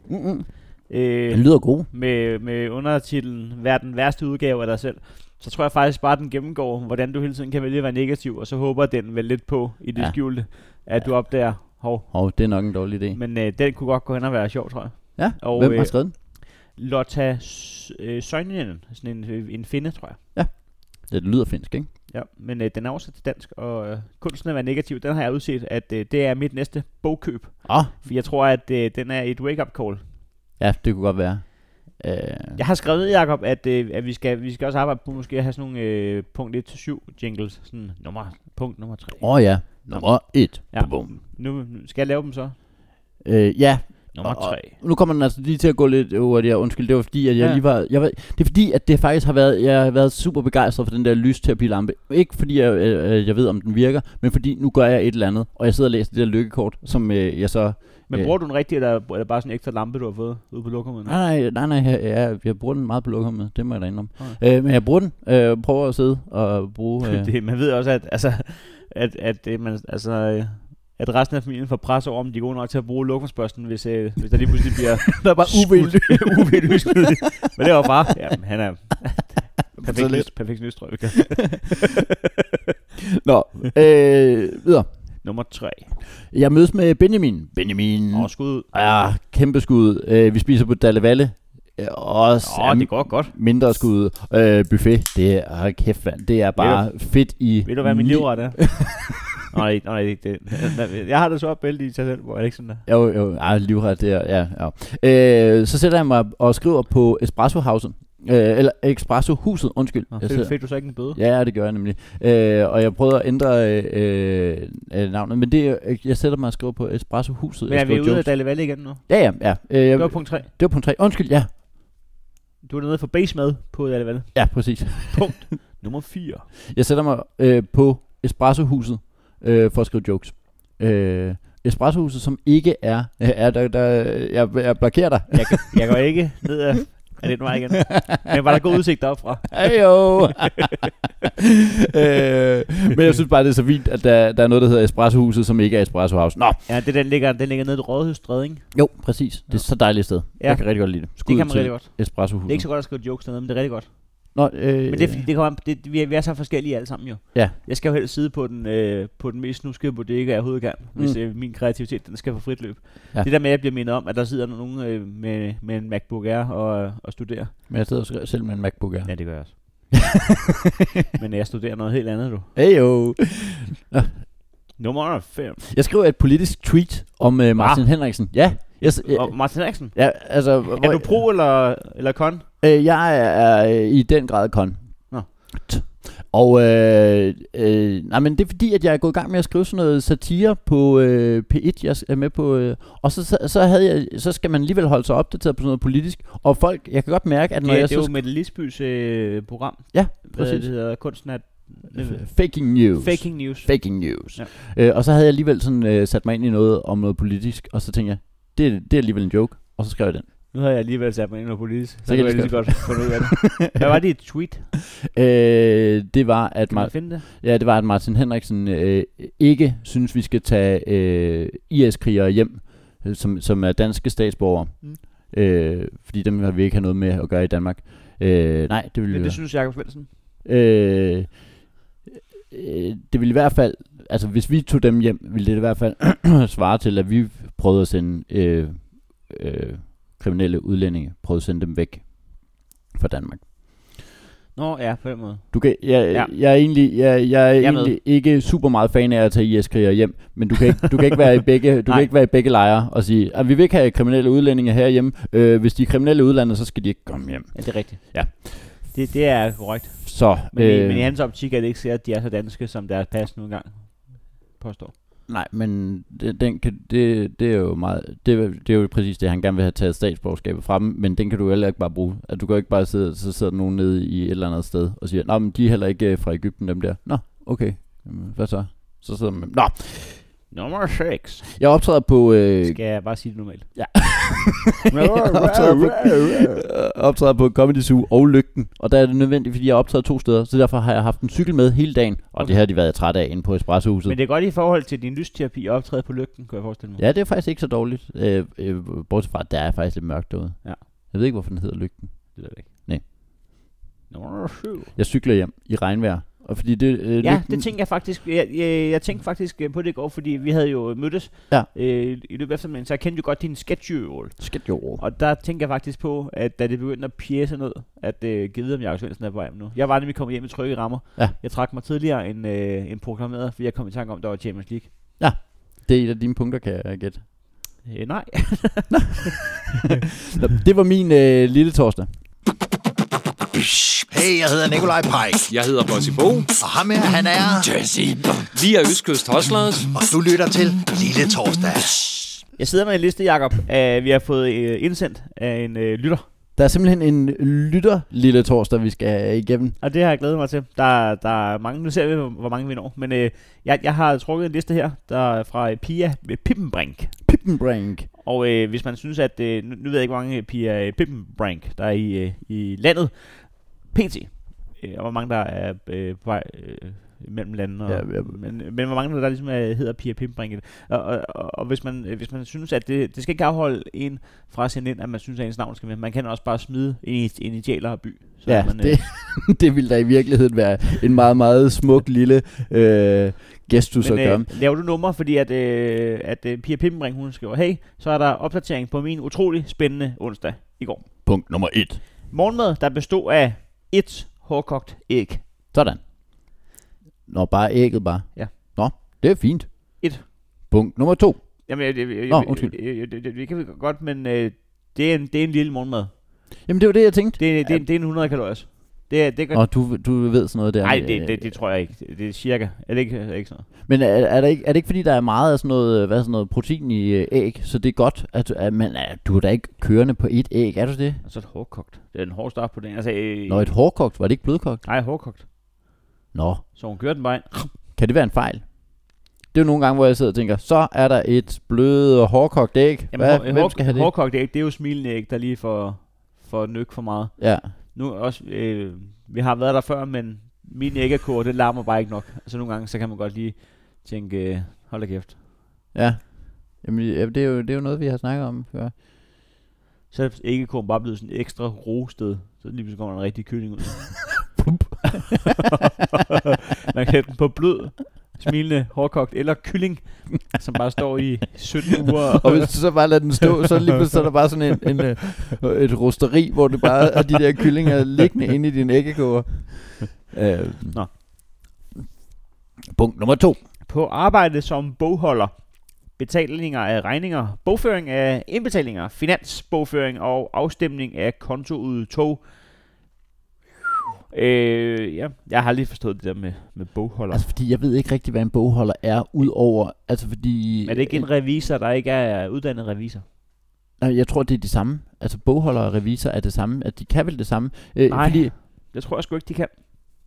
Speaker 2: Mm-mm. Den
Speaker 3: Øh,
Speaker 2: lyder god.
Speaker 3: med, med undertitlen Vær den værste udgave af dig selv. Så tror jeg faktisk bare, at den gennemgår, hvordan du hele tiden kan vælge at være negativ, og så håber den vel lidt på i det ja.
Speaker 2: Ja.
Speaker 3: skjulte, at ja. du opdager, hov.
Speaker 2: Hov, det er nok en dårlig idé.
Speaker 3: Men øh, den kunne godt gå hen og være sjov, tror jeg.
Speaker 2: Ja,
Speaker 3: Og,
Speaker 2: og, hvem har
Speaker 3: øh,
Speaker 2: skrevet den?
Speaker 3: Lotta S- øh, Søjninen, sådan en, øh, en finde, tror jeg.
Speaker 2: Ja. Ja, det lyder finsk, ikke?
Speaker 3: Ja, men øh, den er oversat til dansk, og øh, kunsten at være negativ, den har jeg udset, at øh, det er mit næste bogkøb.
Speaker 2: Åh, oh,
Speaker 3: For jeg tror, at øh, den er et wake-up call.
Speaker 2: ja, det kunne godt være. Øh,
Speaker 3: Jeg har skrevet ned, Jacob, at, øh, at vi, skal, vi skal også arbejde på måske at have sådan nogle øh, punkt 1-7 jingles. Sådan nummer, punkt nummer 3.
Speaker 2: Åh oh, ja, nummer et.
Speaker 3: Ja.
Speaker 2: Ja. Bum.
Speaker 3: Nu, nu skal jeg lave dem så.
Speaker 2: Øh, ja,
Speaker 3: Nummer
Speaker 2: Og- og-
Speaker 3: 3.
Speaker 2: nu kommer den altså lige til at gå lidt hurtigere. Undskyld, det var fordi, at jeg
Speaker 3: Ja.
Speaker 2: ja. lige var, jeg var... Det er fordi, at det faktisk har været... Jeg har været super begejstret for den der lysterapilampe. Ikke fordi, jeg, øh, jeg ved, om den virker, men fordi nu gør jeg et eller andet, og jeg sidder og læser det der lykkekort, som øh, jeg så...
Speaker 3: Men
Speaker 2: Øh.
Speaker 3: bruger du den rigtig, eller er det bare sådan en ekstra lampe, du har fået ude på lokummet?
Speaker 2: Nej, nej, nej, nej jeg, jeg, jeg bruger den meget på lokummet. Det må jeg da indrømme.
Speaker 3: Okay.
Speaker 2: Øh, men jeg bruger den. Øh, prøver at sidde og bruge... Øh,
Speaker 3: det, man ved også, at, altså, at, at, at, man, altså, øh, at resten af familien får pres over, om de er gode nok til at bruge lokumsbørsten, hvis, øh, hvis der lige pludselig bliver
Speaker 2: der er
Speaker 3: skudt- UV-lys. ned i. Men det var bare, jamen, han er
Speaker 4: Så
Speaker 3: perfekt,
Speaker 4: lidt.
Speaker 3: lys, perfekt lys, tror jeg. vi kan.
Speaker 2: Nå, øh, videre.
Speaker 3: Nummer 3.
Speaker 2: Jeg mødes med Benjamin. Benjamin.
Speaker 3: Mm. Og skud ud.
Speaker 2: Ja, kæmpe skud. Øh, vi spiser på Dalle Valle. Øh, Også
Speaker 3: Åh,
Speaker 2: er
Speaker 3: det går godt.
Speaker 2: mindre skud. Øh, buffet, det er ah, kæft, mand. Det er bare fedt i...
Speaker 3: Ved du, hvad min
Speaker 2: li-
Speaker 3: livret er? Nå, nej, nej, det er ikke det. Jeg har det så op bælte i sig selv, hvor Alexander.
Speaker 2: Jo, jo, ej, livret, det er, ja, ja. Øh, så sætter jeg mig og skriver på Espresso Houset. Øh, eller Espresso Huset, undskyld.
Speaker 3: Nå,
Speaker 2: Jeg
Speaker 3: fik,
Speaker 2: sidder-
Speaker 3: fik du så ikke en bøde?
Speaker 2: Ja, ja, det gør jeg nemlig. Øh, og jeg prøvede at ændre øh, øh, øh, navnet, men det, er- jeg sætter mig og skriver på Espresso Huset.
Speaker 3: Men
Speaker 2: jeg
Speaker 3: er vi
Speaker 2: skriver
Speaker 3: ude af
Speaker 2: Jones.
Speaker 3: Dalle Valle igen nu?
Speaker 2: Ja, ja, ja. Øh, jeg,
Speaker 3: Det var punkt 3.
Speaker 2: det var punkt 3. Undskyld, ja.
Speaker 3: Du er nede for base med på Dalle Valle.
Speaker 2: Ja, præcis.
Speaker 3: Nummer 4.
Speaker 2: Jeg sætter mig øh, på Espressohuset øh, for at skrive jokes. Øh, Espressohuset, som ikke er... Øh, er der, der, jeg, jeg blokerer dig.
Speaker 3: Jeg, kan- jeg går ikke ned af, af den vej igen. Men var der god udsigt deroppe fra?
Speaker 2: Hejo! øh, men jeg synes bare, det er så vildt, at der, der er noget, der hedder Espressohuset, som ikke er Espresso House. Nå,
Speaker 3: Ja, det den ligger, den ligger nede i Rådhusstræde, ikke?
Speaker 2: jo, præcis. Det er så dejligt et sted.
Speaker 3: Ja.
Speaker 2: Ja. Jeg kan rigtig godt lide det. Skud
Speaker 3: Det kan man
Speaker 2: til
Speaker 3: rigtig godt.
Speaker 2: Espressohuset.
Speaker 3: Det er ikke så godt at skrive jokes dernede, men det er rigtig godt.
Speaker 2: Nå, øh,
Speaker 3: Men det, er fordi, det kommer, an- det, vi, er, vi er så forskellige alle sammen jo.
Speaker 2: Ja.
Speaker 3: Jeg skal jo helst sidde på den, øh, på den mest snuskede bodega, jeg overhovedet kan, hvis
Speaker 2: Mm.
Speaker 3: øh, min kreativitet den skal få frit løb. Ja.
Speaker 2: Ja.
Speaker 3: Det der med, at jeg bliver mindet om, at der sidder nogen øh, med, med en MacBook Air og, og studerer.
Speaker 2: Men jeg sidder og skriver selv med en MacBook her.
Speaker 3: Ja, det gør jeg også. Men jeg studerer noget helt andet, du.
Speaker 2: Hejo!
Speaker 3: Nummer 5.
Speaker 2: Jeg skriver et politisk tweet om øh, Martin ah. Henriksen. Ja. Jeg, s- jeg,
Speaker 3: Og Martin Eriksen.
Speaker 2: Ja, altså...
Speaker 3: Er du pro eller, eller kon?
Speaker 2: Øh, jeg er øh, i den grad kon.
Speaker 3: Nå.
Speaker 2: T. Og øh, øh, nej, men det er fordi, at jeg er gået i gang med at skrive sådan noget satire på øh, P1, jeg er med på, øh, og så, så, så, havde jeg, så skal man alligevel holde sig opdateret på sådan noget politisk, og folk, jeg kan godt mærke, at
Speaker 3: Det,
Speaker 2: når
Speaker 3: er-
Speaker 2: jeg
Speaker 3: det er jo
Speaker 2: så...
Speaker 3: Mette Lisbys øh, program.
Speaker 2: Ja,
Speaker 3: Hvad er det
Speaker 2: præcis.
Speaker 3: det hedder? Kunsten at...
Speaker 2: F- øh, Faking news.
Speaker 3: Faking news.
Speaker 2: Faking news.
Speaker 3: Ja.
Speaker 2: Ja. Øh, og så havde jeg alligevel sådan, øh, sat mig ind i noget om noget politisk, og så tænkte jeg, det, det er alligevel en joke, og så skrev jeg den.
Speaker 3: Nu har jeg alligevel sat mig ind på politisk, så,
Speaker 2: kan
Speaker 3: så kan jeg
Speaker 2: jeg
Speaker 3: lige så
Speaker 2: lige
Speaker 3: godt få noget af det. Hvad var det et tweet?
Speaker 2: Øh, det var, at...
Speaker 3: Kan
Speaker 2: Mar-
Speaker 3: man finde det?
Speaker 2: Ja, det var, at Martin Henriksen øh, ikke synes, vi skal tage øh, IS-krigere hjem, øh, som, som er danske statsborgere.
Speaker 3: Mm.
Speaker 2: Mm. Øh, fordi dem har vi ikke have noget med at gøre i Danmark. Øh, nej, det ville,
Speaker 3: Men
Speaker 2: det,
Speaker 3: det synes Jacob Svendsen.
Speaker 2: øh, øh, det ville i hvert fald, altså hvis vi tog dem hjem, ville det i hvert fald svare til, at vi prøvede at sende øh, øh, kriminelle udlændinge, prøvede at sende dem væk fra Danmark.
Speaker 3: Nå ja, på den måde.
Speaker 2: Du kan, jeg,
Speaker 3: Ja.
Speaker 2: ja. jeg er egentlig, jeg, jeg er
Speaker 3: Jeg er med.
Speaker 2: egentlig ikke super meget fan af at tage IS-krigere hjem, men du kan ikke, du kan ikke være i begge, du
Speaker 3: Nej.
Speaker 2: kan ikke være i begge lejre og sige, at vi vil ikke have kriminelle udlændinge herhjemme. Øh, hvis de er kriminelle i udlandet, så skal de ikke komme hjem.
Speaker 3: Ja, det er rigtigt.
Speaker 2: Ja.
Speaker 3: Det, det er korrekt.
Speaker 2: Så,
Speaker 3: Men, øh. i, men i hans optik er det ikke sikkert, at de er så danske, som deres pas nu engang påstår.
Speaker 2: nej, men det, den kan, det, det er jo meget, det, det er jo præcis det, han gerne vil have taget statsborgerskabet fra dem, men den kan du heller ikke bare bruge. At du kan jo ikke bare sidde, så sidder der nogen nede i et eller andet sted og siger, nå, men de er heller ikke øh, fra Ægypten, dem der. Nå, okay, Jamen, hvad så? Så sidder man med dem. Nå,
Speaker 3: Nummer 6.
Speaker 2: jeg optræder på... Øh,
Speaker 3: Skal jeg bare sige det normalt?
Speaker 2: Ja.
Speaker 3: Nå,
Speaker 2: optræder på, øh, optræder på Comedy Zoo og Lygten. Og der er det nødvendigt, fordi jeg optræder to steder, så derfor har jeg haft en cykel med hele dagen. Og
Speaker 3: Okay.
Speaker 2: okay. det har de været trætte af inde på Espressohuset.
Speaker 3: Men det er godt i forhold til din lysterapi at optræde på lygten, kunne jeg forestille mig.
Speaker 2: Ja, det er faktisk ikke så dårligt. Øh, øh, bortset fra, at der er faktisk lidt mørkt derude.
Speaker 3: Ja.
Speaker 2: Jeg ved ikke, hvorfor den hedder Lygten.
Speaker 3: Det ved jeg ikke.
Speaker 2: Nej.
Speaker 3: Nummer 7.
Speaker 2: Jeg cykler hjem i regnvejr Og fordi det, øh,
Speaker 3: Ja,
Speaker 2: lykken-
Speaker 3: det tænkte jeg faktisk. Jeg, jeg, jeg tænkte faktisk øh, på det i går, fordi vi havde jo mødtes
Speaker 2: Ja.
Speaker 3: øh, i løbet af eftermiddagen, så jeg kendte jo godt din sketchøvel.
Speaker 2: Skal jo.
Speaker 3: Og der tænkte jeg faktisk på, at da det begyndte at pjæse ned, at øh, givet om Jakob Svendsen er på vej nu. Jeg var nemlig kommet hjem i trygge rammer.
Speaker 2: Ja.
Speaker 3: Jeg trak mig tidligere end, øh, end programmeret, fordi jeg kom i tanke om, at der var Champions League.
Speaker 2: Det er et af dine punkter, kan jeg gætte.
Speaker 3: Øh, nej.
Speaker 2: Nå, det var min øh, lille torsdag.
Speaker 4: Hey, jeg hedder Nikolaj Pajk,
Speaker 5: Jeg hedder Bossy Bo.
Speaker 4: og ham her, han er...
Speaker 5: Vi er Østkyst Hoslers.
Speaker 4: Og du lytter til Lille Torsdag.
Speaker 3: Jeg sidder med en liste, Jacob, af, vi har fået øh, indsendt af en øh, lytter.
Speaker 2: Der er simpelthen en lytter lille torsdag, vi skal igennem.
Speaker 3: Og det har jeg glædet mig til. Der, der er mange, nu ser vi, hvor- hvor mange vi når. Men øh, jeg, jeg har trukket en liste her, der er fra øh, Pia Pippenbrink.
Speaker 2: Pippenbrink.
Speaker 3: Og øh, hvis man synes, at... Øh, nu, nu ved jeg ikke, hvor mange Pia øh, Pippenbrink, der er i, øh, i landet. PT. Øh, og hvor mange, der er øh, på vej øh, mellem landene. Og,
Speaker 2: Ja, ja.
Speaker 3: Men, men hvor mange, der ligesom er, hedder Pia Pippenbrink. i det. Og, og, og, og hvis, man, øh, hvis man synes, at det, det skal ikke afholde en fra at sende ind, at man synes, at ens navn skal med. Man kan også bare smide en initialer og by. Så
Speaker 2: Ja,
Speaker 3: er man, øh,
Speaker 2: det, det ville da i virkeligheden være en meget, meget smuk lille øh, gestus at
Speaker 3: Men
Speaker 2: gøre.
Speaker 3: øh, laver du nummer, fordi at, øh, at øh, Pia Pimpenbrink, hun skriver, hey, så er der opdatering på min utrolig spændende onsdag i går.
Speaker 2: Punkt nummer et.
Speaker 3: Morgenmad, der bestod af et hårdkogt æg.
Speaker 2: Sådan. Nå, bare ægget bare.
Speaker 3: Ja.
Speaker 2: Nå, det er fint.
Speaker 3: Et.
Speaker 2: Punkt nummer to.
Speaker 3: Jamen, jeg, jeg, jeg,
Speaker 2: Nå,
Speaker 3: jeg,
Speaker 2: undskyld.
Speaker 3: jeg, jeg, jeg, det kan vi godt, men øh, det, er en, det er en lille morgenmad.
Speaker 2: Jamen, det var det, jeg tænkte.
Speaker 3: Det er, det, er, det er en 100 kalorier. Det er, det gør,
Speaker 2: Og du, du ved sådan noget der.
Speaker 3: nej,
Speaker 2: øh,
Speaker 3: det, det, det, tror jeg ikke. Det, det er cirka. Er det ikke, er det ikke sådan noget?
Speaker 2: Men er, er, det ikke, er det ikke fordi, der er meget af sådan noget, øh, hvad er sådan noget protein i øh, æg, så det er godt, at, at man, er, du er da ikke kørende på et æg, er du det?
Speaker 3: Og så er det Altså, hårdkogt. Det er en hård start på den. Altså, øh,
Speaker 2: Nå, et hårdkogt, var det ikke blødkogt?
Speaker 3: nej, hårdkogt.
Speaker 2: Nå,
Speaker 3: Så hun kører den bare ind.
Speaker 2: kan det være en fejl? Det er jo nogle gange, hvor jeg sidder og tænker, så er der et blødt og hårdkogt æg. Jamen, Hvad,
Speaker 3: hår-
Speaker 2: hvem skal have det?
Speaker 3: Hårdkogt æg, det er jo smilende æg, der lige får, får nyk for meget.
Speaker 2: Ja.
Speaker 3: Nu også, øh, vi har været der før, men min æggekur, det larmer bare ikke nok. Så nogle gange, så kan man godt lige tænke, øh, hold da kæft.
Speaker 2: Ja. Jamen, ja, det, er jo, det er jo noget, vi har snakket om før.
Speaker 3: Så er æggekurven bare blevet sådan ekstra rosted. Så lige pludselig kommer der en rigtig kylling ud. man kan have den på blød, smilende, hårdkogt eller kylling, som bare står i 17 uger.
Speaker 2: Og hvis du så bare lader den stå, så er, det lige pludselig, så er der bare sådan en, en, øh, et rosteri, hvor det bare er de der kyllinger liggende inde i din æggekoger. Øh.
Speaker 3: Nå.
Speaker 2: Punkt nummer to.
Speaker 3: på arbejde som bogholder. Betalinger af regninger, bogføring af indbetalinger, finansbogføring og afstemning af kontoudtog. Øh, ja, jeg har lige forstået det der med, med bogholder.
Speaker 2: Altså, fordi jeg ved ikke rigtig, hvad en bogholder er, udover... Altså, fordi...
Speaker 3: er det ikke en revisor, der ikke er uddannet revisor?
Speaker 2: Nej, Jeg tror, det er det samme. Altså, bogholder og revisor er det samme. At de kan vel det samme. Øh,
Speaker 3: Nej.
Speaker 2: Fordi,
Speaker 3: Det tror jeg sgu ikke, de kan.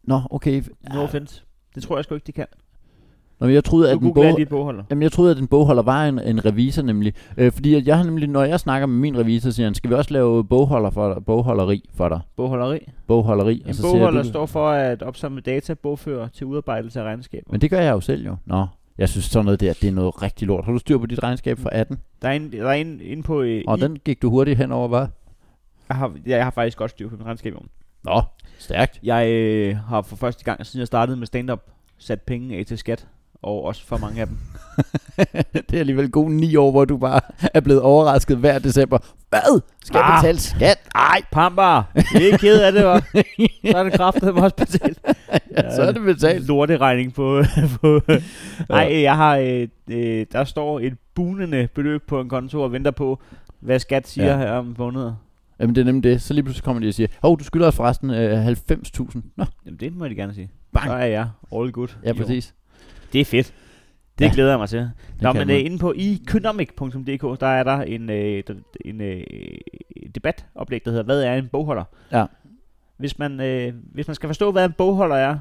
Speaker 2: nå, okay.
Speaker 3: No offense. Det tror jeg sgu ikke, de kan.
Speaker 2: Nå, men jeg troede, at
Speaker 3: Du
Speaker 2: en
Speaker 3: googler
Speaker 2: bog...
Speaker 3: lige bogholder.
Speaker 2: Jamen, jeg troede, at en bogholder var en, en revisor nemlig. Øh, fordi at jeg har nemlig, når jeg snakker med min revisor, siger han, skal vi også lave bogholder for dig, bogholderi for dig?
Speaker 3: Bogholderi.
Speaker 2: Bogholderi.
Speaker 3: En
Speaker 2: siger
Speaker 3: bogholder
Speaker 2: du-
Speaker 3: står for at opsamle data, bogfører til udarbejdelse af regnskaber.
Speaker 2: Men det gør jeg jo selv jo. Nå, jeg synes sådan noget der, det er noget rigtig lort. Har du styr på dit regnskab for 18?
Speaker 3: Der er en, der er en inde på... Øh,
Speaker 2: Og
Speaker 3: i-
Speaker 2: den gik du hurtigt henover, var?
Speaker 3: jeg, har, jeg har faktisk godt styr på min regnskab om.
Speaker 2: Nå, stærkt.
Speaker 3: Jeg øh, har for første gang, siden jeg startede med stand-up, sat penge af til skat. Og også for mange af dem.
Speaker 2: det er alligevel gode ni år, hvor du bare er blevet overrasket hver december. Hvad? Skal jeg
Speaker 3: Ah.
Speaker 2: betale skat?
Speaker 3: Ej, pambar! Jeg er ikke ked af det, var. Så er det kraftet mig også betalt.
Speaker 2: Ja, så er det betalt.
Speaker 3: Lorteregning på... på. Nej, jeg har... Øh, øh, der står et bunende beløb på en konto og venter på, hvad skat siger
Speaker 2: Ja.
Speaker 3: ja. her om måneder.
Speaker 2: Jamen det er nemlig det. Så lige pludselig kommer de og siger, hov, du skylder os forresten øh, 90.000. Nå,
Speaker 3: Jamen, det må de gerne sige. Så
Speaker 2: bang.
Speaker 3: er jeg all good.
Speaker 2: Ja,
Speaker 3: i år.
Speaker 2: præcis.
Speaker 3: Det er fedt. Det
Speaker 2: Ja.
Speaker 3: ja. glæder jeg mig til. Nå,
Speaker 2: kan
Speaker 3: men
Speaker 2: man.
Speaker 3: øh, inde på economic.dk, der er der en, øh, der- en øh, debatoplæg, der hedder, hvad er en bogholder?
Speaker 2: Ja.
Speaker 3: Hvis man, øh, hvis man skal forstå, hvad en bogholder er,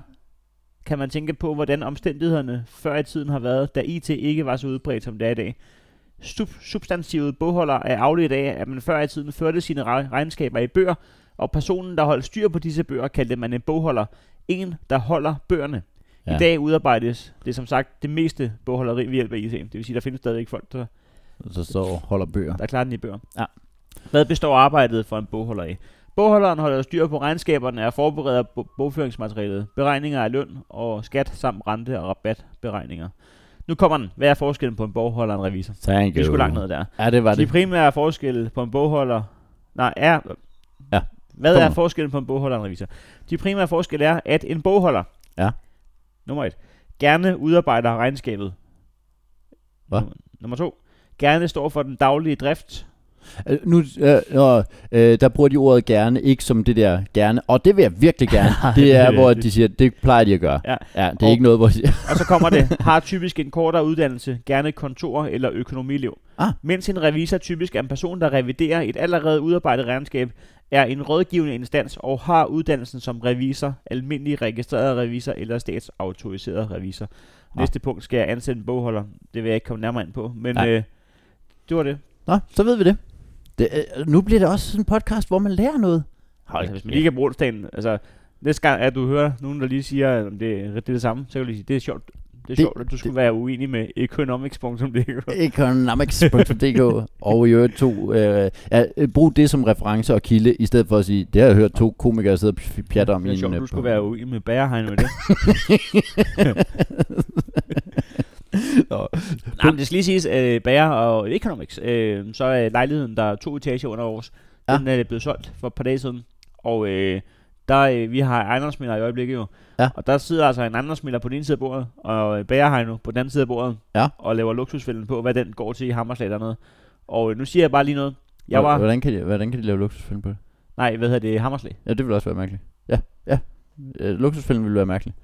Speaker 3: kan man tænke på, hvordan omstændighederne før i tiden har været, da IT ikke var så udbredt, som det er i dag. Sub- substantivet bogholder er afledt af, at man før i tiden førte sine re- regnskaber i bøger, og personen, der holdt styr på disse bøger, kaldte man en bogholder. En, der holder bøgerne. Ja.
Speaker 2: Ja.
Speaker 3: I dag udarbejdes det som sagt det meste bogholderi ved hjælp af IT. Det vil sige, der findes stadigvæk folk, der,
Speaker 2: Så står holder bøger.
Speaker 3: der klarer den i bøger.
Speaker 2: Ja.
Speaker 3: Hvad består arbejdet for en bogholder i? Bogholderen holder styr på regnskaberne og forbereder bo- bogføringsmaterialet, beregninger af løn og skat samt rente- og rabatberegninger. Nu kommer den. Hvad er forskellen på en bogholder og en revisor?
Speaker 2: Thank
Speaker 3: Det er sgu langt ned der.
Speaker 2: Ja, det var
Speaker 3: De
Speaker 2: det.
Speaker 3: primære forskelle på en bogholder... Nej, er...
Speaker 2: Ja.
Speaker 3: Hvad
Speaker 2: Kom
Speaker 3: er
Speaker 2: nu.
Speaker 3: forskellen på en bogholder og en revisor? De primære forskelle er, at en bogholder...
Speaker 2: Ja.
Speaker 3: Nummer et. Gerne udarbejder regnskabet.
Speaker 2: Hvad?
Speaker 3: Nummer- Nummer to. Gerne står for den daglige drift.
Speaker 2: Øh, Nu, øh, og, øh, der bruger de ordet gerne, ikke som det der gerne. Og det vil jeg virkelig gerne. det er, hvor de siger, det plejer de at gøre.
Speaker 3: Ja.
Speaker 2: ja det er
Speaker 3: Og-
Speaker 2: ikke noget, hvor de siger,
Speaker 3: Og så kommer det. Har typisk en kortere uddannelse. Gerne kontor eller økonomiliv.
Speaker 2: Ah.
Speaker 3: Mens en revisor typisk er en person, der reviderer et allerede udarbejdet regnskab, er en rådgivende instans og har uddannelsen som revisor, almindelig registreret revisor eller statsautoriseret revisor.
Speaker 2: Ah.
Speaker 3: Næste punkt skal jeg ansætte en bogholder. Det vil jeg ikke komme nærmere ind på, men
Speaker 2: Nej.
Speaker 3: øh, det var det.
Speaker 2: Nå, så ved vi det. det øh, nu bliver det også sådan en podcast, hvor man lærer noget.
Speaker 3: Altså, hvis man lige kan bruge onsdagen, altså næste gang, at du hører nogen, der lige siger, at det, er- det er det samme, så kan du lige sige, det er sjovt. Det er
Speaker 2: Det-
Speaker 3: sjovt, at du skulle være uenig med economics.dk.
Speaker 2: Economics.dk og i øvrigt to, øh, ja, øh, brug det som reference og kilde, i stedet for at sige, det har jeg hørt to komikere sidde og p- pjatte om.
Speaker 3: Det
Speaker 2: i
Speaker 3: er
Speaker 2: en,
Speaker 3: sjovt,
Speaker 2: øh,
Speaker 3: du
Speaker 2: pod-
Speaker 3: skulle være ude med bærehegn med det.
Speaker 2: Nå.
Speaker 3: Nej, men det skal lige siges, at Bager og Economics, øh, så er lejligheden, der er to etager under vores,
Speaker 2: Ja.
Speaker 3: ja. den øh, er blevet solgt for et par dage siden. Og øh, der, øh, vi har ejendomsmælder i øjeblikket jo.
Speaker 2: Ja.
Speaker 3: Og der sidder altså en ejendomsmælder på den ene side af bordet, og Bagerhegn på den anden side af bordet,
Speaker 2: Ja.
Speaker 3: og laver luksusfælden på, hvad den går til i Hammerslag dernede. Og øh, nu siger jeg bare lige noget. Jeg
Speaker 2: Hvor-
Speaker 3: var,
Speaker 2: Hvordan kan de, hvordan kan de lave luksusfilm på det?
Speaker 3: nej, hvad hedder det, Hammerslag?
Speaker 2: Ja, det ville også være mærkeligt. Ja, ja. Øh, luksusfilm ville være mærkeligt.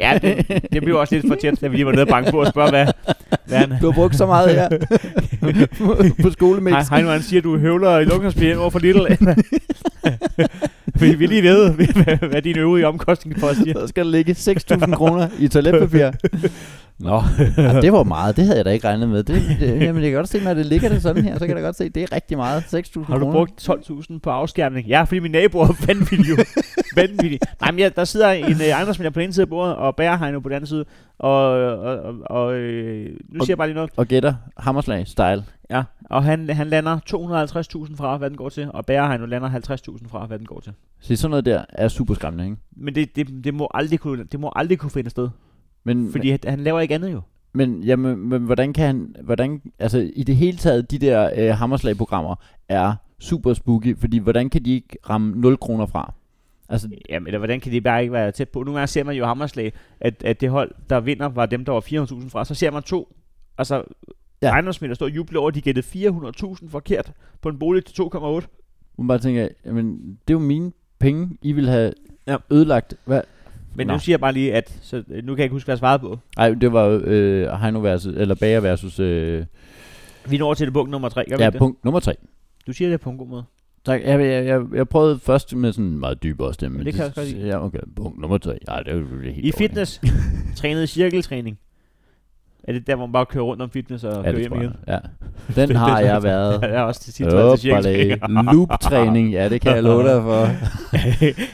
Speaker 3: Ja, det, det blev også lidt for tæt, da vi lige var nede og banke på og spørge, hvad, hvad han,
Speaker 2: Du har brugt så meget her på
Speaker 3: Hej,
Speaker 2: skolemæssigt.
Speaker 3: hej nu, han siger, du høvler i lukkenspil over for Little. vi, vi lige ved, hvad, hvad din øvrige omkostning for siger.
Speaker 2: Så skal der ligge 6.000 kroner i toiletpapir. Nå. Ja, det var meget. Det havde jeg da ikke regnet med. Det, det, jamen, jeg kan godt se, når det ligger det sådan her, så kan jeg da godt se, det er rigtig meget. 6.000
Speaker 3: Har
Speaker 2: kroner.
Speaker 3: du brugt 12.000 på afskærmning? Ja, fordi min nabo er vanvittig jo. vanvittig. Nej, men ja, der sidder en øh, ejendomsmænd på den ene side af bordet, og bærehegnet på den anden side. Og, og, og, og øh, nu
Speaker 2: Og-
Speaker 3: siger jeg bare lige noget.
Speaker 2: Og gætter. Hammerslag style.
Speaker 3: Ja, og han, han lander 250.000 fra, hvad den går til, og bærehegnet lander 50.000 fra, hvad den går til.
Speaker 2: Se, sådan noget der er super skræmmende, ikke?
Speaker 3: Men det, det, det, må aldrig kunne, det må aldrig kunne finde sted.
Speaker 2: Men,
Speaker 3: Fordi han, han laver ikke andet jo.
Speaker 2: men, jamen, men hvordan kan han... Hvordan, altså, i det hele taget, de der øh, hammerslag-programmer er super spooky, fordi hvordan kan de ikke ramme 0 kroner fra? Altså,
Speaker 3: Jamen, eller hvordan kan det bare ikke være tæt på? Nogle gange ser man jo i Hammerslag, at, at det hold, der vinder, var dem, der var 400.000 fra. Så ser man to, altså
Speaker 2: Ja.
Speaker 3: ja. ejendomsmænd, der står og jubler over, at de gættede 400.000 forkert på en bolig til 2,8.
Speaker 2: man bare tænker, jamen, det er jo mine penge, I vil have ja.
Speaker 3: Ja.
Speaker 2: ødelagt. Hvad?
Speaker 3: Men
Speaker 2: Nå.
Speaker 3: nu siger jeg bare lige, at så, øh, nu kan jeg ikke huske, hvad jeg svarede på.
Speaker 2: Ej, det var øh, Heino versus, eller Bager versus, øh,
Speaker 3: Vi når til det punkt nummer 3.
Speaker 2: ja,
Speaker 3: Ja, punkt.
Speaker 2: punkt nummer tre.
Speaker 3: Du siger det på en god måde.
Speaker 2: Tak, jeg, jeg, jeg, jeg prøvede først med sådan en meget dybere stemme.
Speaker 3: Men det kan jeg også godt lide.
Speaker 2: Ja, okay, punkt nummer tre. Ej, det er jo helt
Speaker 3: I
Speaker 2: dårligt.
Speaker 3: fitness trænede cirkeltræning. Er det der, hvor man bare kører rundt om fitness og
Speaker 2: Ja,
Speaker 3: kører
Speaker 2: det
Speaker 3: hjem
Speaker 2: tror jeg.
Speaker 3: igen?
Speaker 2: Ja. Den har jeg været.
Speaker 3: Jeg er også til sidst været til
Speaker 2: Oppalæg.
Speaker 3: cirkeltræning.
Speaker 2: Loop-træning, ja, det kan jeg love dig for.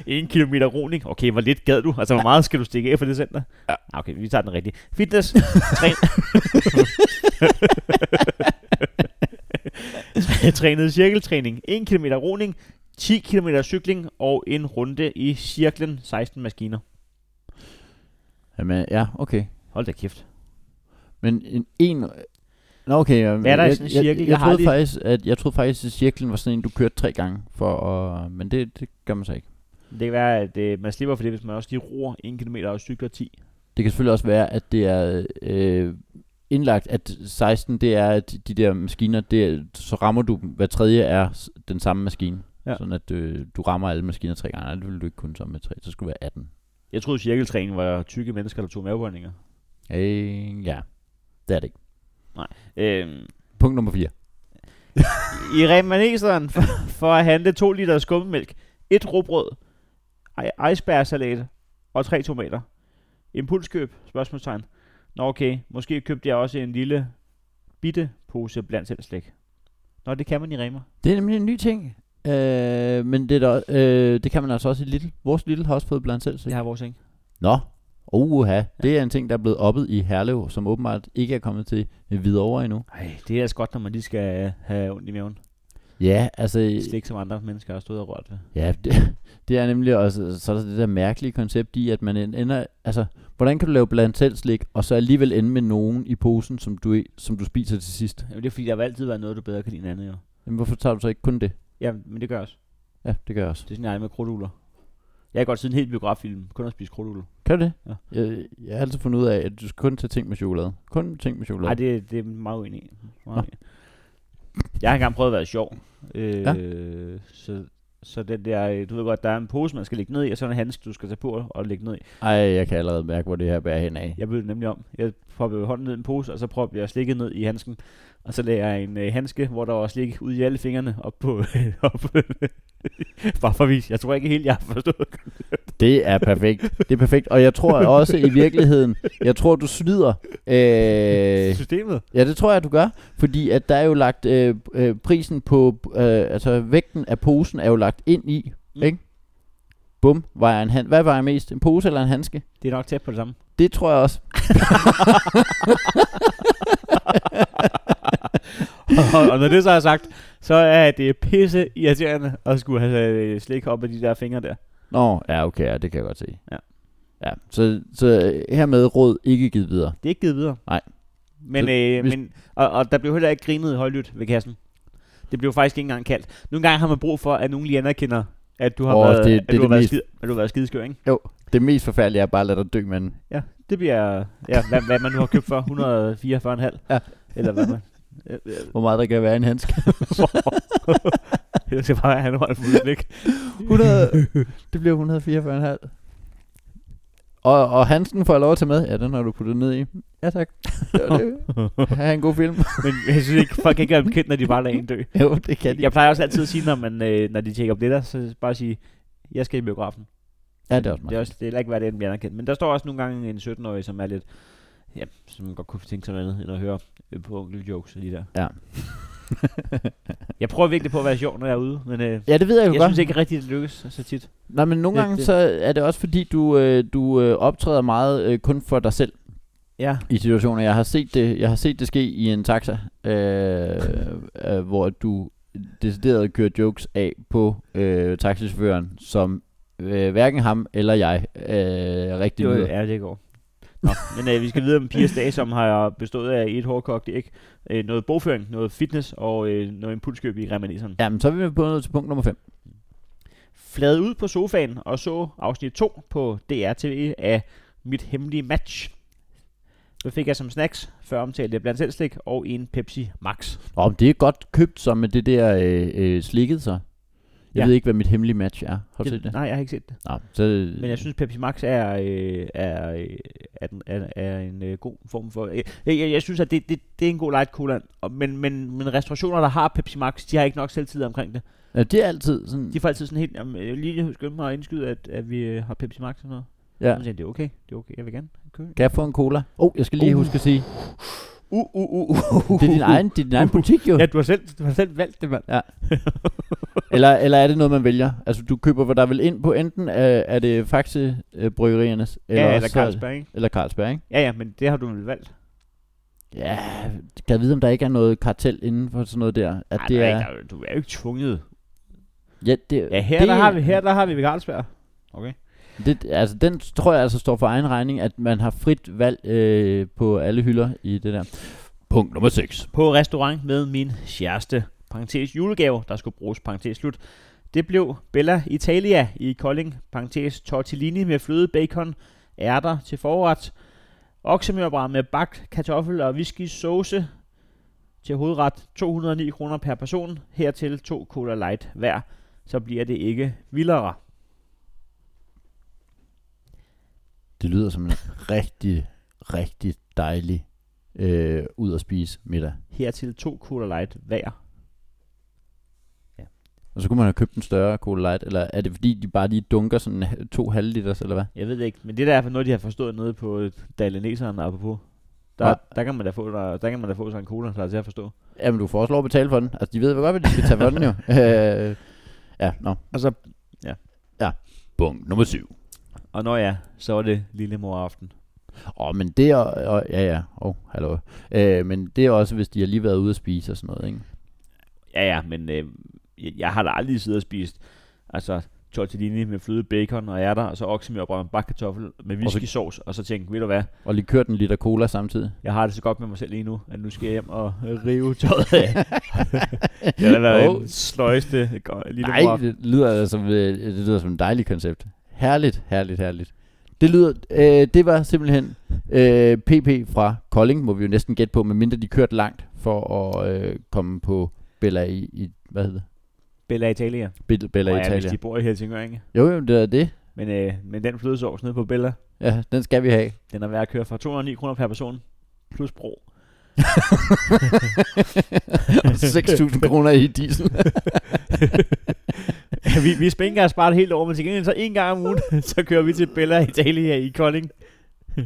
Speaker 3: en kilometer roning. Okay, hvor lidt gad du? Altså, hvor meget skal du stikke af for det center? Ja. Okay, vi tager den rigtige. Fitness. Træn. Træ- Trænede cirkeltræning. 1 km roning, 10 km cykling og en runde i cirklen 16 maskiner.
Speaker 2: Jamen, ja, okay.
Speaker 3: Hold da kæft.
Speaker 2: Men en... en Nå, okay. jamen,
Speaker 3: Hvad er der i
Speaker 2: jeg,
Speaker 3: sådan en
Speaker 2: jeg,
Speaker 3: cirkel?
Speaker 2: Jeg,
Speaker 3: Jeg
Speaker 2: jeg,
Speaker 3: har
Speaker 2: troede
Speaker 3: aldrig-
Speaker 2: faktisk, at, jeg troede faktisk, at cirklen var sådan en, du kørte tre gange. For at, men det, det gør man så ikke.
Speaker 3: Det kan være, at øh, man slipper for det, hvis man også lige roer 1 km og cykler 10.
Speaker 2: Det kan selvfølgelig også være, at det er øh, indlagt, at 16, det er, at de der maskiner, det er, så rammer du, dem. hver tredje er s- den samme maskine. Ja.
Speaker 3: Ja.
Speaker 2: Sådan at øh, du rammer alle maskiner tre gange. Nej, det ville du ikke kunne som med tre. Så skulle det være 18.
Speaker 3: Jeg troede, cirkeltræning var tykke mennesker, der tog mavebøjninger.
Speaker 2: Øh, ja, det er det ikke.
Speaker 3: Øhm,
Speaker 2: Punkt nummer 4.
Speaker 3: i remaneseren for, for at handle 2 liter skummemælk, et råbrød, ej- icebergsalat og tre tomater. Impulskøb? Spørgsmålstegn. Nå okay, måske købte jeg også en lille bitte pose blandt selv slik. Nå, det kan man i Rema.
Speaker 2: Det er nemlig en ny ting. Øh, men det, er der, øh, det kan man altså også i Lille. Vores Lille har også fået blandt selv.
Speaker 3: Det har vores ikke.
Speaker 2: Nå, oha. Det er en ting, der er blevet oppet i Herlev, som åbenbart ikke er kommet til videre endnu.
Speaker 3: Ej, det er altså godt, når man lige skal øh, have ondt i maven.
Speaker 2: Ja, altså...
Speaker 3: Slik som andre mennesker har stået og rørt ved.
Speaker 2: Ja, det, det er nemlig også... Så er der det der mærkelige koncept i, at man en- ender... Altså, hvordan kan du lave blandt selv slik, og så alligevel ende med nogen i posen, som du, i- som du spiser til sidst?
Speaker 3: Jamen, det er fordi, der har altid været noget, du bedre kan lide end andet, jo.
Speaker 2: Jamen, hvorfor tager du så ikke kun det?
Speaker 3: Ja, men det gør jeg også.
Speaker 2: Ja, det gør jeg også.
Speaker 3: Det er sådan, jeg er med krudtugler. Jeg kan godt siden en hel biograffilm, kun at spise krudtugler.
Speaker 2: Kan du det?
Speaker 3: Ja.
Speaker 2: Jeg, jeg har altid fundet ud af, at du skal kun tage ting med chokolade. Kun ting med chokolade.
Speaker 3: Nej, det, det er meget uenig i. Meget uenig i. Jeg har engang prøvet at være sjov. Øh,
Speaker 2: Ja.
Speaker 3: så, så den der, øh, du ved godt, der er en pose, man skal lægge ned i, og så en handske, du skal tage på og lægge ned i.
Speaker 2: Ej, jeg kan allerede mærke, hvor det her bærer hen af.
Speaker 3: Jeg blev det nemlig om. Jeg proppede hånden ned i en pose, og så proppede jeg slikket ned i handsken. Og så lagde jeg en øh, handske, hvor der var slik ud i alle fingrene, op på... op, bare for at vise. Jeg tror ikke helt, jeg har forstået.
Speaker 2: Det er perfekt. Det er perfekt. Og jeg tror også i virkeligheden, jeg tror, du snyder. Øh,
Speaker 3: Systemet.
Speaker 2: Ja, det tror jeg, du gør, fordi at der er jo lagt øh, øh, prisen på, øh, altså vægten af posen er jo lagt ind i,
Speaker 3: Mm.
Speaker 2: mm. ikke? Bum, vejer en hand. Hvad vejer mest, en pose eller en handske?
Speaker 3: Det er nok tæt på det samme.
Speaker 2: Det tror jeg også.
Speaker 3: og, og når det så er sagt, så er det pisse irriterende at skulle have øh, slik op af de der fingre der.
Speaker 2: Nå, ja, okay, ja, det kan jeg godt se.
Speaker 3: Ja.
Speaker 2: Ja, så, så øh, hermed råd ikke givet videre.
Speaker 3: Det er ikke givet videre.
Speaker 2: Nej.
Speaker 3: Men,
Speaker 2: Så
Speaker 3: øh,
Speaker 2: hvis-
Speaker 3: men og, og der blev heller ikke grinet højlydt ved kassen. Det blev faktisk ikke engang kaldt. Nogle gange har man brug for, at nogen lige anerkender, at du har
Speaker 2: Åh,
Speaker 3: været,
Speaker 2: det-
Speaker 3: at
Speaker 2: det er
Speaker 3: du har
Speaker 2: det
Speaker 3: været,
Speaker 2: mest-
Speaker 3: skid, at du har været skideskør, ikke?
Speaker 2: Det mest forfærdelige er bare at lade dig dø, men
Speaker 3: Ja, det bliver, ja, hvad, hvad man nu har købt for, 144,5.
Speaker 2: Ja.
Speaker 3: Eller hvad man... Øh,
Speaker 2: hvor meget der kan være i en handske.
Speaker 3: Jeg skal bare have en hånd fuld blik.
Speaker 2: 100, det bliver 144,5. Og, og Hansen får jeg lov at tage med. Ja, den har du puttet ned i. Ja, tak. Det var det. Ha' en god film.
Speaker 3: Men jeg synes ikke, folk kan ikke være bekendt, når de bare lader en dø.
Speaker 2: jo, det kan de.
Speaker 3: Jeg plejer også altid at sige, når, man, øh, når de tjekker op det der, så bare sige, jeg skal i biografen.
Speaker 2: Ja, det er også
Speaker 3: Det er,
Speaker 2: meget.
Speaker 3: også, det er heller ikke, hvad det er, den bliver anerkendt. Men der står også nogle gange en 17-årig, som er lidt... Ja, som godt kunne tænke sig noget andet, end at høre øh, på onkel jokes og de der.
Speaker 2: Ja.
Speaker 3: jeg prøver virkelig på at være sjov, når jeg er ude, men øh, jeg
Speaker 2: Ja, det ved jeg jo godt.
Speaker 3: synes ikke rigtigt, det lykkes så tit.
Speaker 2: Nej, men nogle
Speaker 3: Det-
Speaker 2: gange
Speaker 3: det-
Speaker 2: så er det også fordi, du, øh, du øh, optræder meget øh, kun for dig selv
Speaker 3: Ja.
Speaker 2: i situationer. Jeg har set det, jeg har set det ske i en taxa, øh, øh, hvor du decideret kører jokes af på øh, taxichaufføren, som øh, hverken ham eller jeg øh, rigtig
Speaker 3: Det var,
Speaker 2: nyder.
Speaker 3: ja, det går. Nå, men øh, vi skal videre med Pias dag, som har bestået af et hårdkogt æg, øh, noget bogføring, noget fitness og øh, noget impulskøb i reminiscen.
Speaker 2: Jamen, så er vi på nået til punkt nummer 5.
Speaker 3: flade ud på sofaen og så afsnit 2 på DRTV af Mit Hemmelige Match. Så fik jeg som snacks før omtalte blandt selv slik og en Pepsi Max.
Speaker 2: Nå, men det er godt købt som med det der øh, øh, slikket, så. Jeg
Speaker 3: Ja.
Speaker 2: ved ikke, hvad mit hemmelige match er. Har du set det?
Speaker 3: Nej, jeg har ikke set det.
Speaker 2: Nå, så,
Speaker 3: Men jeg synes, Pepsi Max er, øh, er, øh, er, den- er, er en øh, god form for... Øh, jeg, jeg, jeg synes, at det, det, det er en god light cola, og- men, men, men restaurationer, der har Pepsi Max, de har ikke nok selvtillid omkring det.
Speaker 2: ja, det er altid sådan...
Speaker 3: De får altid sådan helt... Jamen, øh, lige skynde mig at indskyde, at, at vi øh, har Pepsi Max og sådan noget. Ja.
Speaker 2: Ja.
Speaker 3: Så siger, jeg, det er okay, det er okay, jeg vil gerne købe
Speaker 2: Kan jeg få en cola? Åh, oh, jeg skal lige
Speaker 3: Uh.
Speaker 2: huske at sige,
Speaker 3: Uh, uh, uh, uh.
Speaker 2: det er din egen, det er din egen butik jo.
Speaker 3: Ja, du har selv, du har selv valgt det, mand.
Speaker 2: Eller, eller er det noget, man vælger? Altså, du køber, hvor der er vel ind på, enten er, er det Faxe øh, Bryggeriernes, eller,
Speaker 3: ja,
Speaker 2: også øh,
Speaker 3: eller
Speaker 2: så-
Speaker 3: Carlsberg, ikke?
Speaker 2: Eller Carlsberg, ikke?
Speaker 3: Ja, ja, men det har du vel valgt.
Speaker 2: Ja, kan jeg vide, om der ikke er noget kartel inden for sådan noget der? At
Speaker 3: Ej,
Speaker 2: det
Speaker 3: der
Speaker 2: er,
Speaker 3: ikke, der, du er jo ikke tvunget.
Speaker 2: ja, det,
Speaker 3: Ja, her,
Speaker 2: det,
Speaker 3: det... der, har vi, her der har vi ved Carlsberg. Okay.
Speaker 2: Det, altså, den tror jeg altså står for egen regning, at man har frit valg øh, på alle hylder i det der. Punkt nummer 6.
Speaker 3: På restaurant med min kæreste. Parenthes julegave, der skulle bruges parentes slut. Det blev Bella Italia i Kolding. Parentes tortellini med fløde, bacon, ærter til forret. Oksemørbrad med bagt kartoffel og whisky sauce til hovedret 209 kroner per person. Hertil to cola light hver. Så bliver det ikke vildere.
Speaker 2: Det lyder som en rigtig, rigtig dejlig øh, ud at spise middag.
Speaker 3: Hertil to Cola Light hver.
Speaker 2: Og så kunne man have købt en større Cola Light, eller er det fordi, de bare lige dunker sådan en- to halv liters, eller hvad?
Speaker 3: Jeg ved det ikke, men det der er for noget, de har forstået nede på øh, Dalineseren, apropos. Der,
Speaker 2: Ja.
Speaker 3: der, kan man da få, der, der kan man da få sådan en cola, der er til at forstå.
Speaker 2: Jamen, du får også lov at betale for den. Altså, de ved jo godt, hvad de skal tage for den jo. Øh, ja, nå.
Speaker 3: Og så... Ja.
Speaker 2: Punkt nummer syv.
Speaker 3: Og når ja, så var det lille mor aften.
Speaker 2: Åh, men det er... Og, ja, ja. Åh, oh, hallo. Øh, men det er også, hvis de har lige været ude at spise og sådan noget, ikke?
Speaker 3: Ja, ja, men øh, jeg, jeg har da aldrig siddet og spist altså, tortellini med fløde bacon og ærter, og så oksemørbrød og en bagt kartoffel med whiskysauce, og så tænkte, ved du hvad,
Speaker 2: Og lige kørt en liter cola samtidig.
Speaker 3: jeg har det så godt med mig selv lige nu, at nu skal jeg hjem og øh, rive tøjet af. jeg har været
Speaker 2: Åh.
Speaker 3: den sløjeste øh, go- lille
Speaker 2: Nej,
Speaker 3: bror.
Speaker 2: det lyder, altså, det lyder som et dejligt koncept. Herligt, herligt, herligt. Det lyder, øh, det var simpelthen øh, PP fra Kolding, må vi jo næsten gætte på, medmindre de kørte langt for at øh, komme på Bella i, i hvad hedder
Speaker 3: Bella Italia.
Speaker 2: det? Bella, Bella
Speaker 3: Nå
Speaker 2: oh,
Speaker 3: ja, hvis
Speaker 2: Italia.
Speaker 3: de bor i Helsingør, ikke?
Speaker 2: Jo, jo, det er det.
Speaker 3: Men, øh, men den flødesovs nede på Bella,
Speaker 2: Ja, den skal vi have.
Speaker 3: den er værd at køre for 209 kroner per person, plus bro.
Speaker 2: Og 6.000 kroner i diesel.
Speaker 3: vi, vi spænger og sparer det helt over, men til gengæld så en gang om ugen, så kører vi til Bella Italia i Kolding.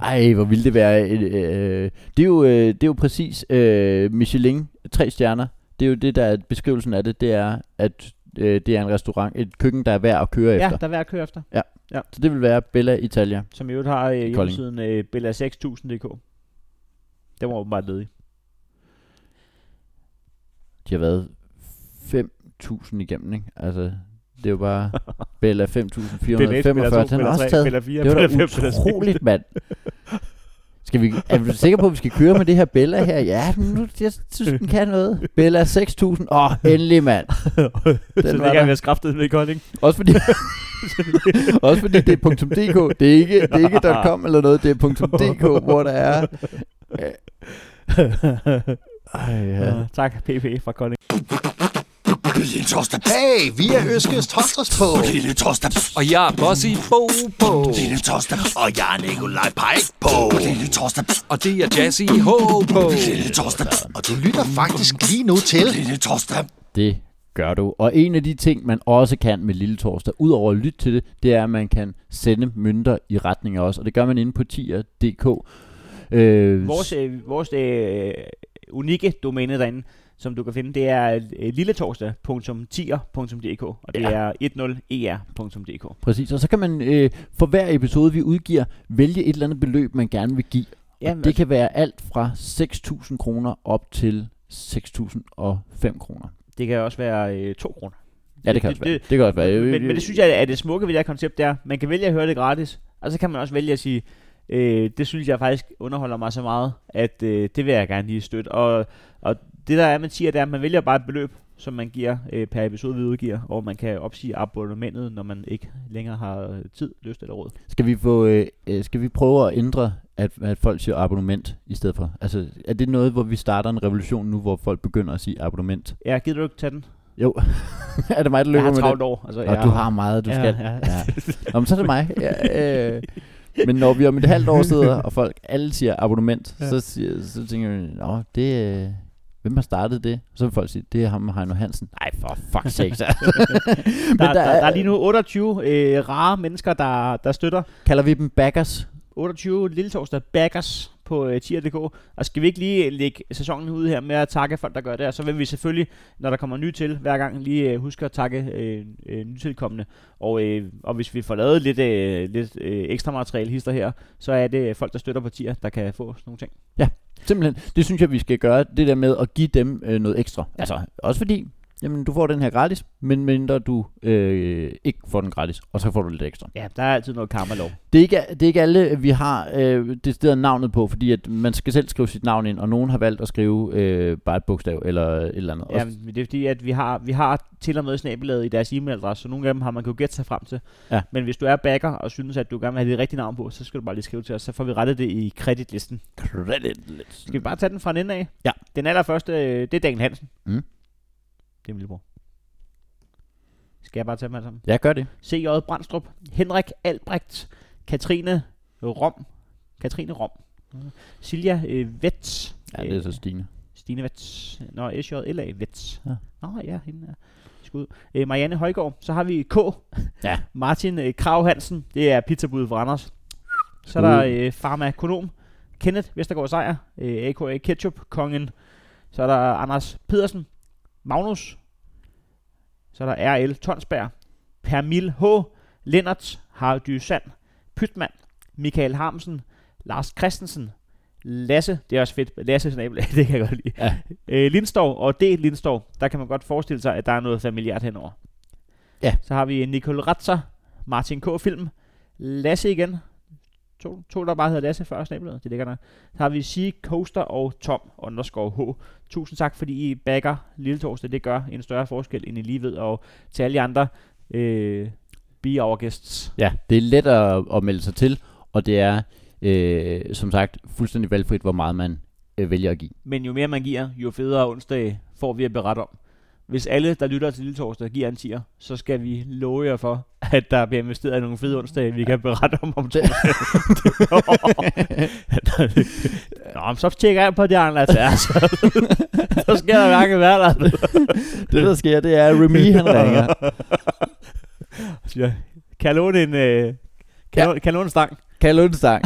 Speaker 2: Ej, hvor ville det være. et, Øh, det, er jo, øh, det er jo præcis øh, Michelin, tre stjerner. Det er jo det, der er beskrivelsen af det. Det er, at øh, det er en restaurant, et køkken, der er værd at køre
Speaker 3: Ja,
Speaker 2: efter.
Speaker 3: der er værd at køre efter.
Speaker 2: Så det vil være Bella Italia.
Speaker 3: Som i øvrigt har øh,
Speaker 2: Kolding.
Speaker 3: hjemmesiden øh, bella6000.dk. Den var åbenbart ledig.
Speaker 2: De har været 5.000 igennem, ikke? Altså, det er jo bare Bella 5.445.
Speaker 3: Bella 1, Bella
Speaker 2: Den
Speaker 3: 2,
Speaker 2: er
Speaker 3: Bella
Speaker 2: også
Speaker 3: 3,
Speaker 2: taget.
Speaker 3: Bella 4,
Speaker 2: Det var
Speaker 3: Bella
Speaker 2: da
Speaker 3: 5, Bella 6.
Speaker 2: utroligt, mand. Skal vi, er du sikker på, at vi skal køre med det her Bella her? Ja, nu, jeg synes, den kan noget. Bella 6.000. Åh, oh, endelig, mand.
Speaker 3: så
Speaker 2: var
Speaker 3: det
Speaker 2: der.
Speaker 3: kan være skraftet med i Kolding.
Speaker 2: Også fordi, også fordi det er .dk. Det er ikke, det er ikke .com eller noget. Det er .dk, hvor der er... Øh. Ej, ja.
Speaker 3: Ja. Tak, PP fra Kolding.
Speaker 6: Lille torsdag.
Speaker 4: Hey, vi er Øskes Torsdags på.
Speaker 6: Lille torsdag.
Speaker 5: Og jeg er boss i Bo Bo.
Speaker 6: Lille torsdag.
Speaker 4: Og jeg er Nikolaj Pajk på.
Speaker 6: Lille torsdag.
Speaker 5: Og det er Jazzy H på.
Speaker 6: Lille torsdag.
Speaker 4: Og du lytter faktisk lige nu til
Speaker 6: Lille torsdag.
Speaker 2: Det gør du. Og en af de ting, man også kan med Lille Torsdag, udover at lytte til det, det er, at man kan sende mønter i retning af os. Og det gør man inde på tier.dk. Øh,
Speaker 3: Vores, øh, vores øh, unikke domæne derinde, som du kan finde, det er øh, lilletorsdag.tier.dk, og det
Speaker 2: Ja.
Speaker 3: er E 10er.dk.
Speaker 2: Præcis, og så kan man øh, for hver episode, vi udgiver, vælge et eller andet beløb, man gerne vil give. Ja,
Speaker 3: Jamen, altså-
Speaker 2: det kan være alt fra 6.000 kroner op til 6.005 kroner.
Speaker 3: Det kan også være øh, 2 kroner.
Speaker 2: Ja, det kan
Speaker 3: Det-
Speaker 2: også være.
Speaker 3: det-
Speaker 2: Det kan også være.
Speaker 3: Men, men det synes jeg er det smukke ved det her koncept, det er, man kan vælge at høre det gratis, og så kan man også vælge at sige, øh, det synes jeg faktisk underholder mig så meget, at øh, det vil jeg gerne lige støtte. Og, og det der er, man siger, det er, at man vælger bare et beløb, som man giver øh, per episode, vi udgiver, og man kan opsige abonnementet, når man ikke længere har øh, tid, lyst eller råd.
Speaker 2: Skal vi, få, øh, øh, skal vi prøve at ændre, at, at folk siger abonnement i stedet for? Altså, er det noget, hvor vi starter en revolution nu, hvor folk begynder at sige abonnement?
Speaker 3: Ja, gider du ikke tage den?
Speaker 2: Jo. er det mig, der
Speaker 3: Jeg
Speaker 2: løber
Speaker 3: har
Speaker 2: med
Speaker 3: travlt
Speaker 2: det?
Speaker 3: år. Altså,
Speaker 2: Og
Speaker 3: jeg
Speaker 2: du har meget, du
Speaker 3: ja,
Speaker 2: skal.
Speaker 3: Ja.
Speaker 2: Ja. Nå, men så er det mig. Ja, øh, men når vi om et halvt år sidder, og folk alle siger abonnement, ja. så, siger, så tænker vi, Nå, det, øh, hvem har startet det? Så vil folk sige, det er ham Heino Hansen. Nej, for fuck's sake. så. men
Speaker 3: Der, der, der, er lige nu 28 øh, rare mennesker, der, der støtter.
Speaker 2: Kalder vi dem backers?
Speaker 3: 28 lille torsdag backers på øh, tier.dk. Og skal vi ikke lige øh, lægge sæsonen ud her med at takke folk, der gør det, og så vil vi selvfølgelig, når der kommer ny til, hver gang lige øh, huske at takke øh, øh, nytilkommende. Og, øh, og hvis vi får lavet lidt, øh, lidt øh, ekstra materiale hister her, så er det folk, der støtter på tier, der kan få sådan nogle ting.
Speaker 2: Simpelthen, det synes jeg, vi skal gøre, det der med at give dem øh, noget ekstra. Altså, også fordi, jamen, du får den her gratis, men mindre du øh, ikke får den gratis, og så får du lidt ekstra.
Speaker 3: Ja, der er altid noget karma-lov.
Speaker 2: Det er ikke, det er ikke alle, vi har øh, decideret navnet på, fordi at man skal selv skrive sit navn ind, og nogen har valgt at skrive øh, bare et bogstav eller et eller andet.
Speaker 3: Ja,
Speaker 2: Også-
Speaker 3: men det er fordi, at vi har, vi har til og med snabelaget i deres e-mailadresse, så nogle af dem har man jo gætte sig frem til.
Speaker 2: Ja.
Speaker 3: Men hvis du er backer og synes, at du gerne vil have dit rigtige navn på, så skal du bare lige skrive til os, så får vi rettet det i kreditlisten.
Speaker 2: Credit list.
Speaker 3: Skal vi bare tage den fra en ende af?
Speaker 2: Ja.
Speaker 3: Den allerførste, øh, det er Daniel Hansen.
Speaker 2: Mm.
Speaker 3: Det er min lillebror. Skal jeg bare tage dem alle sammen?
Speaker 2: Ja, gør det.
Speaker 3: CJ Brandstrup, Henrik Albrecht, Katrine Rom, Katrine Rom, Silja øh, Vets,
Speaker 2: Ja, det er så stigende.
Speaker 3: Stine Vets. Nå, SJLA Vets.
Speaker 2: Ja.
Speaker 3: Ja. Nå, ja, hende er skud. Øh, Marianne Højgaard. Så har vi K.
Speaker 2: Ja.
Speaker 3: Martin øh, Krav Hansen. Det er pizzabud fra Anders. Så
Speaker 2: Skud.
Speaker 3: er der øh, farmakonom. Kenneth Vestergaard Sejer. Øh, A.K.A. Ketchup Kongen. Så er der Anders Pedersen. Magnus. Så er der R.L. Tonsberg. Permil H. Lennart Hardy Sand. Pytman. Michael Harmsen. Lars Christensen. Lasse, det er også fedt, Lasse Snabel, det kan jeg godt lide.
Speaker 2: Ja.
Speaker 3: Øh, Lindskov og D. Lindskov, der kan man godt forestille sig, at der er noget familiært henover.
Speaker 2: Ja.
Speaker 3: Så har vi Nicole Ratzer, Martin K. Film, Lasse igen. To, to der bare hedder Lasse før snablet, det ligger nok. Så har vi Sige Coaster og Tom underscore H. Tusind tak, fordi I backer Lille Torsdag. Det gør en større forskel, end I lige ved. Og til alle jer andre, øh, be our guests.
Speaker 2: Ja, det er let at, at melde sig til, og det er øh, som sagt fuldstændig valgfrit, hvor meget man øh, vælger at give.
Speaker 3: Men jo mere man giver, jo federe onsdag får vi at berette om. Hvis alle, der lytter til Lille Torsdag, giver en tier, så skal vi love jer for, at der bliver investeret i nogle fede onsdage, vi kan berette om om to. Nå, men så tjekker jeg på det, Anders. Ja, så, så skal der hverken være der.
Speaker 2: Det der sker, det er, at Remy han ringer.
Speaker 3: Siger, Kan jeg låne en, øh, kan,
Speaker 2: Ja.
Speaker 3: ja. låne, kan jeg låne en stang?
Speaker 2: Kan du en stang?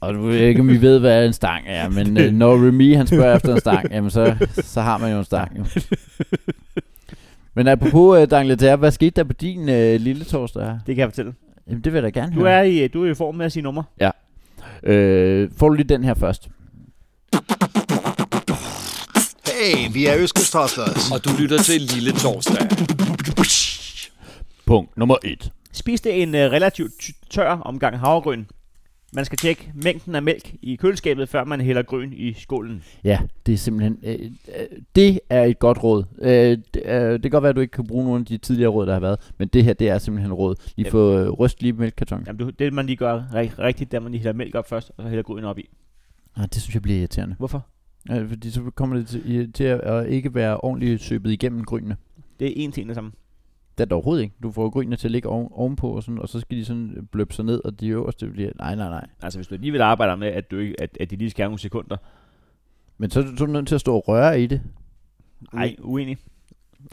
Speaker 2: og nu ved jeg ikke, om vi ved, hvad en stang er, men øh, når Remy han spørger efter en stang, jamen så, så har man jo en stang. Jo. Men apropos øh, D'Angleterre, hvad skete der på din øh, lille torsdag? her?
Speaker 3: Det kan jeg fortælle.
Speaker 2: Jamen det vil jeg da gerne
Speaker 3: Du
Speaker 2: høre.
Speaker 3: er i, øh, du er i form med at sige nummer.
Speaker 2: Øh, får du lige den her først?
Speaker 4: Hey, vi er Øskes Tostes.
Speaker 5: Og du lytter til Lille Torsdag.
Speaker 2: Punkt nummer et.
Speaker 3: Spiste en øh, relativt ty- tør omgang havregryn. Man skal tjekke mængden af mælk i køleskabet, før man hælder gryn i skålen.
Speaker 2: Ja, det er simpelthen... Øh, øh, det er et godt råd. Øh, det, øh, det kan godt være, at du ikke kan bruge nogle af de tidligere råd, der har været, men det her, det er simpelthen råd. Lige
Speaker 3: Jamen.
Speaker 2: få øh, ryst lige mælkekarton.
Speaker 3: Jamen, det, det man lige gør ri- rigtigt, da man lige hælder mælk op først, og så hælder gryden op i.
Speaker 2: Ah, det synes jeg bliver irriterende.
Speaker 3: Hvorfor?
Speaker 2: Øh, fordi så kommer det til, i- til at, at ikke være ordentligt søbet igennem grynene.
Speaker 3: Det er en ting det samme.
Speaker 2: Det er det overhovedet ikke. Du får grynene til at ligge oven, ovenpå, og, sådan, og så skal de sådan bløbe sig ned, og de øverste bliver... Nej, nej, nej.
Speaker 3: Altså, hvis du alligevel arbejder med, at, du ikke, at, at de lige skal have nogle sekunder.
Speaker 2: Men så, så er du nødt til at stå og røre i det.
Speaker 3: Nej, uenig.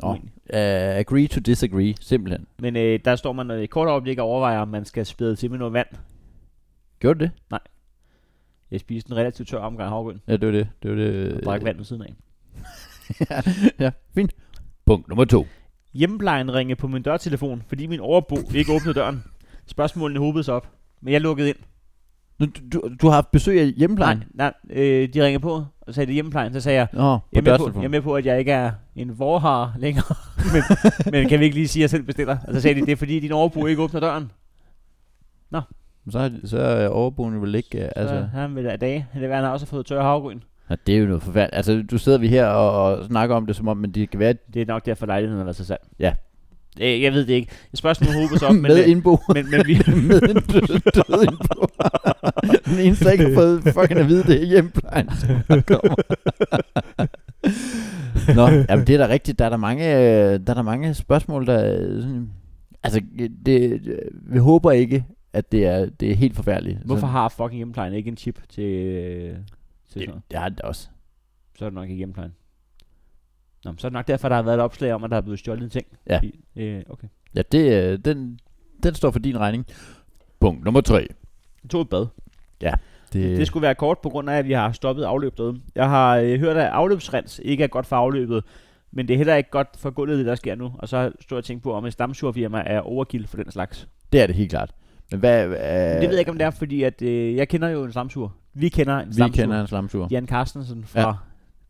Speaker 2: Nå.
Speaker 3: uenig.
Speaker 2: Uh, agree to disagree, simpelthen.
Speaker 3: Men øh, der står man øh, i kort øjeblik og overvejer, om man skal spæde til med noget vand.
Speaker 2: Gjorde du det?
Speaker 3: Jeg spiste en relativt tør omgang havregryn.
Speaker 2: Ja, det var det. Det var det.
Speaker 3: Og drak vand ved siden af.
Speaker 2: ja, ja, fint. Punkt nummer to.
Speaker 3: Hjemmeplejen ringede på min dørtelefon, fordi min overbo ikke åbnede døren. Spørgsmålene hobede sig op. Men jeg lukkede ind.
Speaker 2: Nu, du, du- du har haft besøg af hjemmeplejen?
Speaker 3: Nej, nej øh, de ringede på og sagde, det er hjemmeplejen. Så sagde jeg,
Speaker 2: Nå, Mm. på
Speaker 3: jeg er, med på, jeg er
Speaker 2: dørtelefonen.
Speaker 3: med på, at jeg ikke er en vorhar længere. men, men kan vi ikke lige sige, at jeg selv bestiller? Og så sagde de, det er fordi, din overbo ikke åbner døren.
Speaker 2: Så, er- så er overboen vel ikke... øh,
Speaker 3: Altså. Så
Speaker 2: Altså,
Speaker 3: han vil da i dag. Det er, han har også fået tør havgryn.
Speaker 2: ja. det er jo noget forfærdeligt. Altså, du sidder vi her og, og snakker om det, som om men det kan være
Speaker 3: Det er nok derfor lejligheden har været så salg.
Speaker 2: Ja.
Speaker 3: Øh, jeg ved det ikke. Spørgsmålet håber sig op, men,
Speaker 2: med Altså.
Speaker 3: men,
Speaker 2: indbo.
Speaker 3: men, men, vi,
Speaker 2: med en død, død indbo. Den eneste, der ikke har fået fucking at vide, det er hjemmeplejen. der kommer. Nå, jamen det er da rigtigt. Der er der mange, øh, der er der mange spørgsmål, der... øh, Sådan, altså, det, vi håber ikke, at det er, det er helt forfærdeligt.
Speaker 3: hvorfor
Speaker 2: Sådan-
Speaker 3: har fucking hjemmeplejen ikke en chip til, øh, til sådan noget?
Speaker 2: det, det har det da også.
Speaker 3: så er det nok ikke hjemmeplejen. Nå, men så er det nok derfor, der har været et opslag om, at der er blevet stjålet en ting.
Speaker 2: Ja.
Speaker 3: I, øh, okay.
Speaker 2: Ja, det, øh, den, den står for din regning. Punkt nummer tre.
Speaker 3: Jeg tog et bad.
Speaker 2: Det,
Speaker 3: Det skulle være kort på grund af, at vi har stoppet afløb derude. Jeg har øh, hørt, at afløbsrens ikke er godt for afløbet, men det er heller ikke godt for gulvet, det der sker nu. Og så stod jeg og tænkte på, om et stamsurfirma er overkill for den slags.
Speaker 2: det er det helt klart. Men hvad... Øh,
Speaker 3: Men det ved jeg ikke, om det er, fordi at, øh, jeg kender jo en stamsur. Vi kender en
Speaker 2: Vi
Speaker 3: stamsur.
Speaker 2: kender en slamsur.
Speaker 3: Jan Carstensen fra
Speaker 2: Ja.
Speaker 3: ja.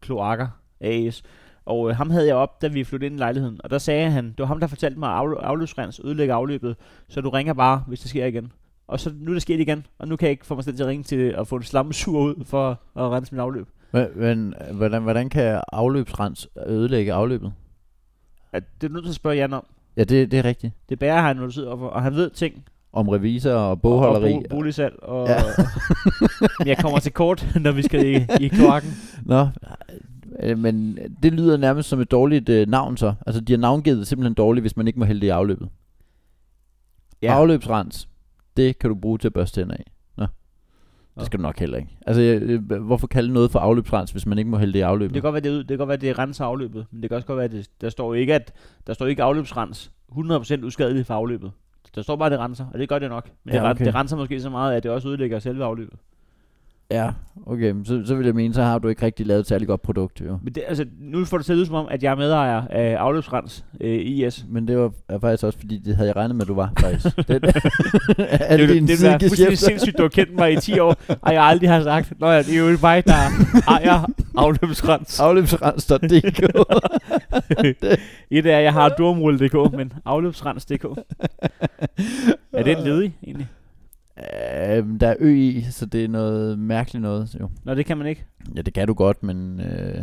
Speaker 3: Kloakker AS. Og øh, ham havde jeg op, da vi flyttede ind i lejligheden. Og der sagde han, det var ham, der fortalte mig, at aflø- afløbsrens ødelægger afløbet, så du ringer bare, hvis det sker igen. Og så nu er det sket igen, og nu kan jeg ikke få mig selv til at ringe til at få en slamsuger ud for at rense mit afløb.
Speaker 2: Men, men øh, hvordan, hvordan kan afløbsrens ødelægge afløbet?
Speaker 3: At det er du nødt til at spørge Jan om.
Speaker 2: Ja, det, det er rigtigt.
Speaker 3: Det bærer han, når du sidder overfor, og han ved ting.
Speaker 2: Om revisor og bogholderi.
Speaker 3: Og, og bo- boligsalg. Og,
Speaker 2: Ja.
Speaker 3: ja. men jeg kommer til kort, når vi skal i, i kloakken.
Speaker 2: Nå, øh, men det lyder nærmest som et dårligt øh, navn så. Altså, de har navngivet det simpelthen dårligt, hvis man ikke må hælde det i afløbet. Ja.
Speaker 3: Ja.
Speaker 2: Afløbsrens, det kan du bruge til at børste tænder i. Nå.
Speaker 3: Nå.
Speaker 2: Det skal du nok heller ikke. Altså, øh, hvorfor kalde noget for afløbsrens, hvis man ikke må hælde det i afløbet?
Speaker 3: Det kan godt være, det, er ud- det kan godt være, det renser afløbet, men det kan også godt være, det, der står jo ikke, at der står ikke afløbsrens 100% uskadeligt for afløbet. Der står bare, at det renser, og det gør det nok. Men
Speaker 2: Ja,
Speaker 3: ja, okay.
Speaker 2: okay.
Speaker 3: det renser måske så meget, at det også ødelægger selve afløbet.
Speaker 2: Ja, okay, men så, så vil jeg mene, så har du ikke rigtig lavet et særlig godt produkt, jo.
Speaker 3: Men det, altså, nu får det til at lyde som om, at jeg er medejer af Afløbsrens øh, IS.
Speaker 2: Men det var er faktisk også, fordi det havde jeg regnet med, at du var, faktisk. det, det, det,
Speaker 3: Det, det, det, det er fuldstændig sindssygt, du har kendt mig i 10 år, og jeg aldrig har sagt, Nå ja, det er jo mig, der ejer Afløbsrens.
Speaker 2: Afløbsrens.dk
Speaker 3: Et er, jeg har durmrulle.dk, men Afløbsrens.dk. Er den ledig, egentlig?
Speaker 2: øhm, Der er ø i, så det er noget mærkeligt noget, jo.
Speaker 3: Nå, det kan man ikke.
Speaker 2: Ja, det kan du godt, men... Øh, øh, ja,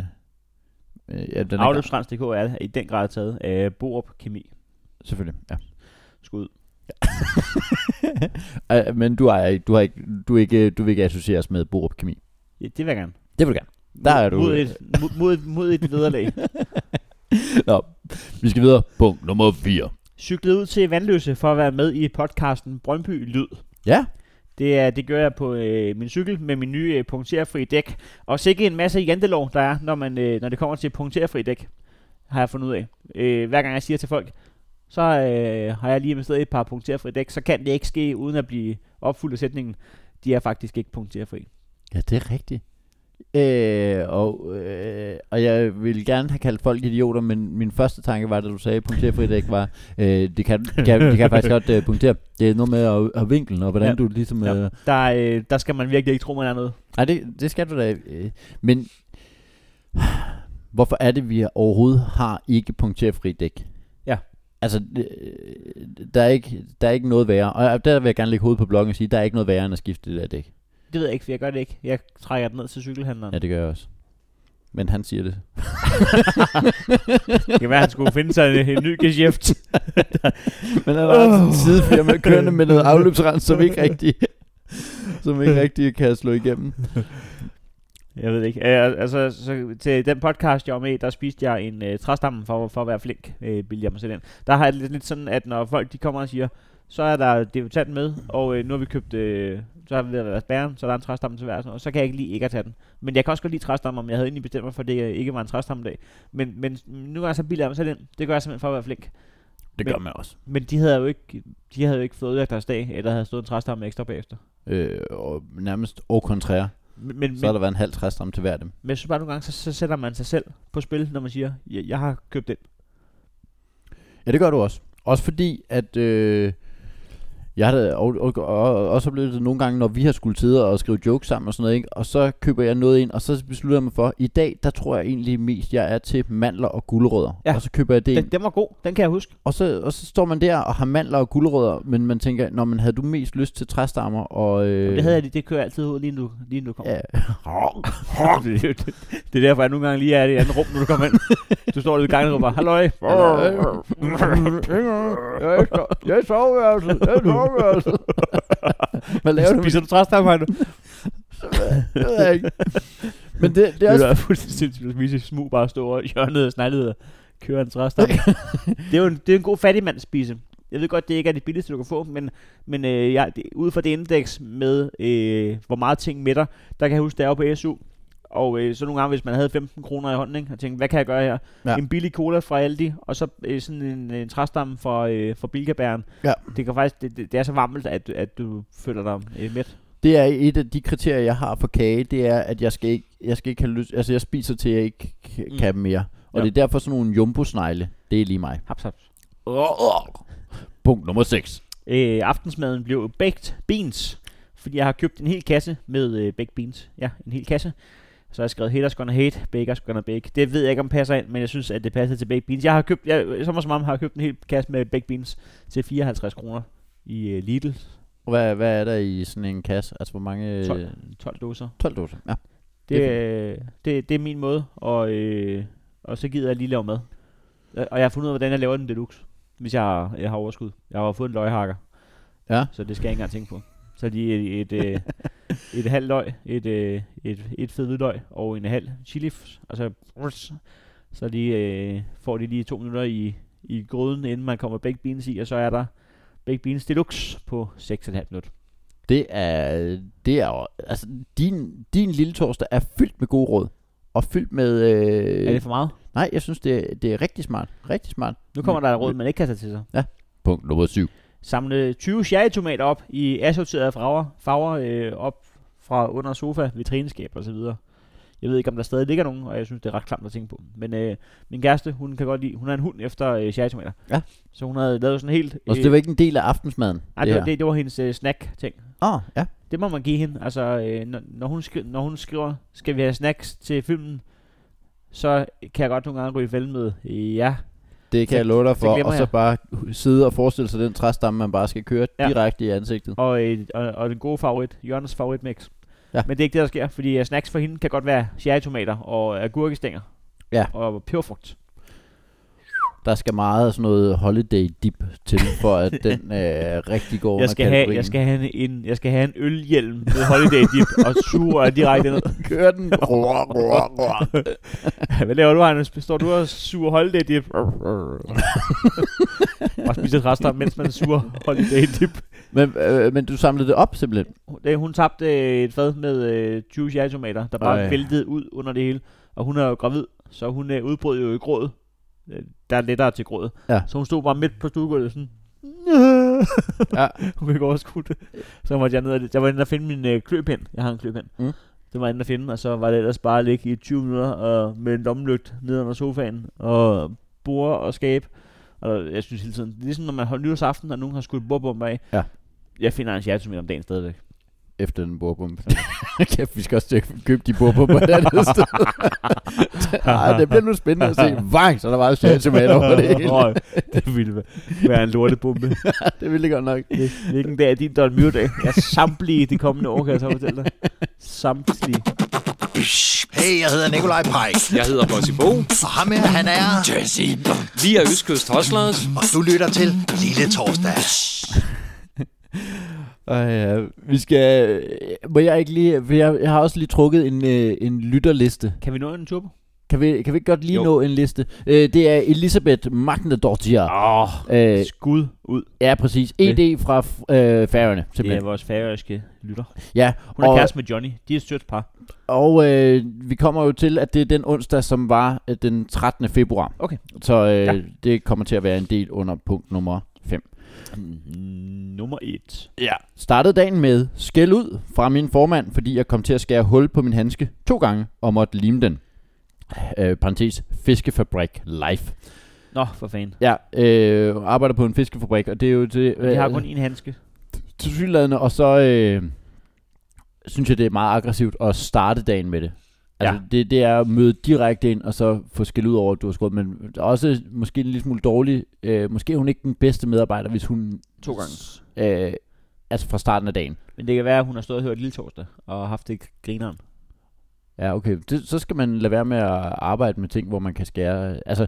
Speaker 2: den er ikke,
Speaker 3: Afløbsrens.dk er i den grad taget af Borup Kemi.
Speaker 2: selvfølgelig, ja.
Speaker 3: Skud.
Speaker 2: Øh, men du, er, ikke- du, har ikke, du, er ikke, du vil ikke associeres med Borup Kemi.
Speaker 3: Ja, det vil jeg gerne.
Speaker 2: Det vil du gerne. Der er du.
Speaker 3: Mod et, mod, mod, et- mod et vederlag.
Speaker 2: Nå, vi skal videre. Punkt nummer 4.
Speaker 3: Cyklede ud til Vandløse for at være med i podcasten Brøndby Lyd.
Speaker 2: Ja,
Speaker 3: Det, er, det gør jeg på øh, min cykel med min nye øh, punkterfri dæk. Og sikke en masse jantelov, der er, når, man, øh, når det kommer til punkterfri dæk, har jeg fundet ud af. Øh, hver gang jeg siger til folk, så øh, har jeg lige investeret i et par punkterfri dæk, så kan det ikke ske uden at blive opfuldt af sætningen. De er faktisk ikke punkterfri.
Speaker 2: ja det er rigtigt. Øh, og, øh, og jeg ville gerne have kaldt folk idioter, men min første tanke var, da du sagde punkterfri dæk, var, øh, det, kan, det, kan, det kan jeg faktisk godt øh, punktere. Det er noget med at, at vinklen, og hvordan
Speaker 3: Ja.
Speaker 2: ja. du ligesom...
Speaker 3: Ja.
Speaker 2: Øh,
Speaker 3: Der, øh, der skal man virkelig ikke tro, man er noget.
Speaker 2: Nej, det, det skal du da. øh, Men hvorfor er det, vi overhovedet har ikke punkterfri dæk?
Speaker 3: Ja.
Speaker 2: Altså, det, øh, der er, ikke, der er ikke noget værre. Og der vil jeg gerne lægge hovedet på bloggen og sige, der er ikke noget værre end at skifte det der dæk.
Speaker 3: Det ved jeg ikke, for jeg gør det ikke. Jeg trækker den ned til cykelhandleren.
Speaker 2: Ja, det gør jeg også. Men han siger det.
Speaker 3: Det kan være, han skulle finde sig en, en ny geschæft.
Speaker 2: Men han har oh. sidefirma kørende med noget afløbsrens, som ikke rigtig, som ikke rigtig kan slå igennem.
Speaker 3: Jeg ved det ikke. Øh, altså, så til den podcast, jeg var med i, der spiste jeg en øh, træstamme for, for at være flink, øh, bilde jeg mig selv ind. Der har jeg lidt, lidt sådan, at når folk de kommer og siger, så er der debutant med, og øh, nu har vi købt, øh, så har vi været at bæren, så er der en træstamme til hver, og sådan noget, så kan jeg ikke lige ikke at tage den. Men jeg kan også godt lide træstammer, men jeg havde egentlig bestemt mig for, at det øh, ikke var en træstammedag. Men, men nu er jeg så bilder jeg mig selv ind. Det gør jeg simpelthen for at være flink.
Speaker 2: Det
Speaker 3: Men-
Speaker 2: gør man også.
Speaker 3: Men de havde jo ikke, de havde jo ikke fået ødelagt deres dag, eller havde stået en træstamme ekstra bagefter.
Speaker 2: Øh, og nærmest au contraire.
Speaker 3: Men, men,
Speaker 2: Så har der været en halv træstamme til hver af dem.
Speaker 3: Men jeg synes bare nogle gange, så, så sætter man sig selv på spil, når man siger, jeg, jeg har købt den.
Speaker 2: Ja, det gør du også. Også fordi, at øh, jeg har da og, og, og, også oplevet det nogle gange, når vi har skulle sidde og skrive jokes sammen og sådan noget, ikke? og så køber jeg noget ind, og så beslutter jeg mig for, i dag, der tror jeg egentlig mest, jeg er til mandler og guldrødder.
Speaker 3: Ja.
Speaker 2: Og så køber jeg det
Speaker 3: den.
Speaker 2: ind.
Speaker 3: Den var god, den kan jeg huske.
Speaker 2: Og så, og så står man der og har mandler og guldrødder, men man tænker, når man havde du mest lyst til træstammer og... Øh,
Speaker 3: Øh. Det havde jeg lige, det kører jeg altid ud lige nu, lige nu kommer.
Speaker 2: Ja.
Speaker 3: det, er- det, det, er derfor, jeg nogle gange lige er i det andet rum, når du kommer ind. Du står lidt i gangen og råber, halløj.
Speaker 2: øh, Jeg er i soveværelset, jeg er i soveværelset. Hvad laver du?
Speaker 3: Spiser du træstammer nu?
Speaker 2: Det ved jeg ikke. Men det, det
Speaker 3: Det
Speaker 2: er
Speaker 3: er
Speaker 2: også
Speaker 3: da fuldstændig sindssygt, at spise smug bare stå over i hjørnet og sneglede og køre en træstamme. det er jo en, det er en god fattigmandsspise. Jeg ved godt, det ikke er det billigste, du kan få, men, men øh, jeg, det, ud fra det indeks med, øh, hvor meget ting mætter, der kan jeg huske, da jeg var på SU, og øh, så nogle gange, hvis man havde 15 kroner i hånden, ikke, og tænkte, hvad kan jeg gøre her?
Speaker 2: Ja.
Speaker 3: Ja. En billig cola fra Aldi, og så øh, sådan en, en træstamme fra, øh, fra Bilkabæren.
Speaker 2: Ja.
Speaker 3: Det, kan faktisk, det, det, det, er så varmt, at, at du føler dig øh, mæt.
Speaker 2: Det er et af de kriterier, jeg har for kage, det er, at jeg skal ikke, jeg skal ikke have lyst, altså jeg spiser til, jeg ikke k-
Speaker 3: Mm.
Speaker 2: kan mm. mere. Og
Speaker 3: Ja.
Speaker 2: ja. det er derfor sådan nogle jumbo-snegle, det er lige mig.
Speaker 3: Haps, haps.
Speaker 2: Punkt nummer 6.
Speaker 3: Øh, aftensmaden blev baked beans, fordi jeg har købt en hel kasse med øh, baked beans. Ja, en hel kasse. Så har jeg skrevet, haters gonna hate, bakers gonna bake. Det ved jeg ikke, om det passer ind, men jeg synes, at det passer til baked beans. Jeg har købt, jeg, som og som om har jeg købt en hel kasse med baked beans til 54 kroner i øh, Lidl.
Speaker 2: Og hvad, hvad er der i sådan en kasse? Altså hvor mange?
Speaker 3: 12. 12 doser.
Speaker 2: 12 doser. Ja.
Speaker 3: Det,
Speaker 2: Det
Speaker 3: det, det, det er min måde, og, øh, og så gider jeg lige lave mad. Og og jeg har fundet ud af, hvordan jeg laver den deluxe, hvis jeg har, jeg har overskud. Jeg har fået en løghakker,
Speaker 2: Ja.
Speaker 3: så det skal jeg ikke engang tænke på. Så lige et, et, øh, et halvt løg, et, øh, et, et fedt hvidløg og en halv chili, og så, så lige, øh, får de lige to minutter i, i gryden, inden man kommer baked beans i, og så er der baked beans deluxe på 6,5 minutter.
Speaker 2: Det er, det er jo, altså din, din lille torsdag er fyldt med gode råd. Og fyldt med... Øh,
Speaker 3: Er det for meget?
Speaker 2: Nej, jeg synes, det, er- det er rigtig smart. Rigtig smart.
Speaker 3: Nu kommer der et råd, man ikke kan tage til sig.
Speaker 2: Punkt nummer 7.
Speaker 3: samle 20 cherrytomater op i assorterede farver, farver øh, op fra under sofa, vitrineskab og så videre. Jeg ved ikke, om der stadig ligger nogen, og jeg synes, det er ret klamt at tænke på. Men øh, min kæreste, hun kan godt lide, hun er en hund efter øh, cherrytomater.
Speaker 2: Ja.
Speaker 3: Så hun havde lavet sådan helt... øh,
Speaker 2: Og så det var ikke en del af aftensmaden?
Speaker 3: ej, det, var,
Speaker 2: her?
Speaker 3: det, det, var hendes øh, snack-ting.
Speaker 2: Ah, ja.
Speaker 3: Det må man give hende. Altså, øh, når, når, hun skri- når hun skriver, skal vi have snacks til filmen, så kan jeg godt nogle gange ryge i fælden med, ja,
Speaker 2: Det kan
Speaker 3: Så-
Speaker 2: jeg love dig
Speaker 3: så
Speaker 2: for.
Speaker 3: glemmer
Speaker 2: Og så
Speaker 3: jeg.
Speaker 2: bare sidde og forestille sig den træstamme, man bare skal køre
Speaker 3: Ja.
Speaker 2: ja. direkte i ansigtet.
Speaker 3: og, øh, og, og den gode favorit, Jørgens favoritmix.
Speaker 2: Ja.
Speaker 3: Men det er ikke det, der sker, fordi øh, snacks for hende kan godt være cherrytomater og agurkestænger
Speaker 2: Ja.
Speaker 3: og peberfrugt.
Speaker 2: Der skal meget af sådan noget holiday dip til, for at den øh, rigtig går under
Speaker 3: Jeg skal, have, jeg,
Speaker 2: kategorien.
Speaker 3: skal have en, en, jeg skal have en ølhjelm med holiday dip og sugerør direkte ned.
Speaker 2: Kør den. Roar, roar, roar.
Speaker 3: Hvad laver du, Anders? Står du og suger holiday dip? og spiser rester, mens man suger holiday dip.
Speaker 2: men, øh, men du samlede det op simpelthen.
Speaker 3: Da hun tabte øh, et fad med øh, 20 cherrytomater, der bare
Speaker 2: Ej.
Speaker 3: væltede ud under det hele. Og hun er jo gravid, så hun øh, udbrød jo i gråd. Øh, Der er lettere til gråd.
Speaker 2: Ja.
Speaker 3: Så hun stod bare midt på stuegulvet sådan.
Speaker 2: Ja.
Speaker 3: hun kunne ikke overskue det. Så måtte jeg ned og, jeg var inde og finde min øh, kløpind. Jeg har en kløpind.
Speaker 2: Mm.
Speaker 3: Det var jeg inde og finde, og så var det ellers bare at ligge i 20 minutter og med en lommelygte ned under sofaen og bore og skabe. Og jeg synes hele tiden, det er ligesom når man holder nytårsaften, og nogen har skudt bordbomber af.
Speaker 2: Ja.
Speaker 3: Jeg finder en cherrytomat om dagen stadigvæk.
Speaker 2: Efter den bordbombe. Kæft, vi skal også til at købe de bordbomber et andet sted. Ej, det bliver nu spændende at se. Vang, så er der bare sjæl tomater over det hele.
Speaker 3: Øj, det ville væ- være en lortebombe.
Speaker 2: Det ville det godt nok.
Speaker 3: Hvilken dag er din Don Myhrdag? Ja, samtlige de kommende år, kan jeg så fortælle dig. Samtlige.
Speaker 4: Hey, jeg hedder Nikolaj Pike.
Speaker 5: Jeg hedder Bossy Bo.
Speaker 4: Og ham her, han er...
Speaker 6: Jesse.
Speaker 5: Vi er Østkyst Hustlers.
Speaker 4: Og du lytter til Lille Torsdag.
Speaker 2: Og ja, vi skal... øh, Må jeg ikke lige... For jeg, jeg har også lige trukket en, øh, en lytterliste.
Speaker 3: Kan vi nå en turbo?
Speaker 2: Kan vi, kan vi ikke godt lige
Speaker 5: Jo.
Speaker 2: jo. nå en liste? Øh, det er Elisabeth Magnadottir.
Speaker 3: Åh, oh,
Speaker 2: Øh,
Speaker 3: skud ud.
Speaker 2: ja, præcis. ED fra øh, Færøerne,
Speaker 3: Det er
Speaker 2: simpelthen.
Speaker 3: vores færøske lytter.
Speaker 2: Ja,
Speaker 3: Hun er
Speaker 2: og,
Speaker 3: kæreste med Johnny. De er et sødt par.
Speaker 2: og øh, vi kommer jo til, at det er den onsdag, som var øh, den 13. februar.
Speaker 3: Okay.
Speaker 2: Så øh,
Speaker 3: Ja.
Speaker 2: ja. det kommer til at være en del under punkt nummer 5.
Speaker 3: Mm, Nummer et.
Speaker 2: Ja. Startede dagen med skæld ud fra min formand, fordi jeg kom til at skære hul på min handske to gange og måtte lime den. Øh, parentes, fiskefabrik live.
Speaker 3: Nå, for fanden.
Speaker 2: Ja, øh, arbejder på en fiskefabrik, og det er jo det...
Speaker 3: De har
Speaker 2: øh,
Speaker 3: kun en handske.
Speaker 2: tilsyneladende, og så øh, synes jeg, det er meget aggressivt at starte dagen med det. Altså,
Speaker 3: Ja.
Speaker 2: ja. det, det er at møde direkte ind, og så få skæld ud over, at du har skåret, men der er også måske en lille smule dårlig. Øh, måske er hun ikke den bedste medarbejder, hvis hun...
Speaker 3: To gange.
Speaker 2: Øh, altså fra starten af dagen.
Speaker 3: Men det kan være, at hun har stået og hørt Lille Torsdag og haft det grineren.
Speaker 2: Ja, okay. Det, så skal man lade være med at arbejde med ting, hvor man kan skære... Altså,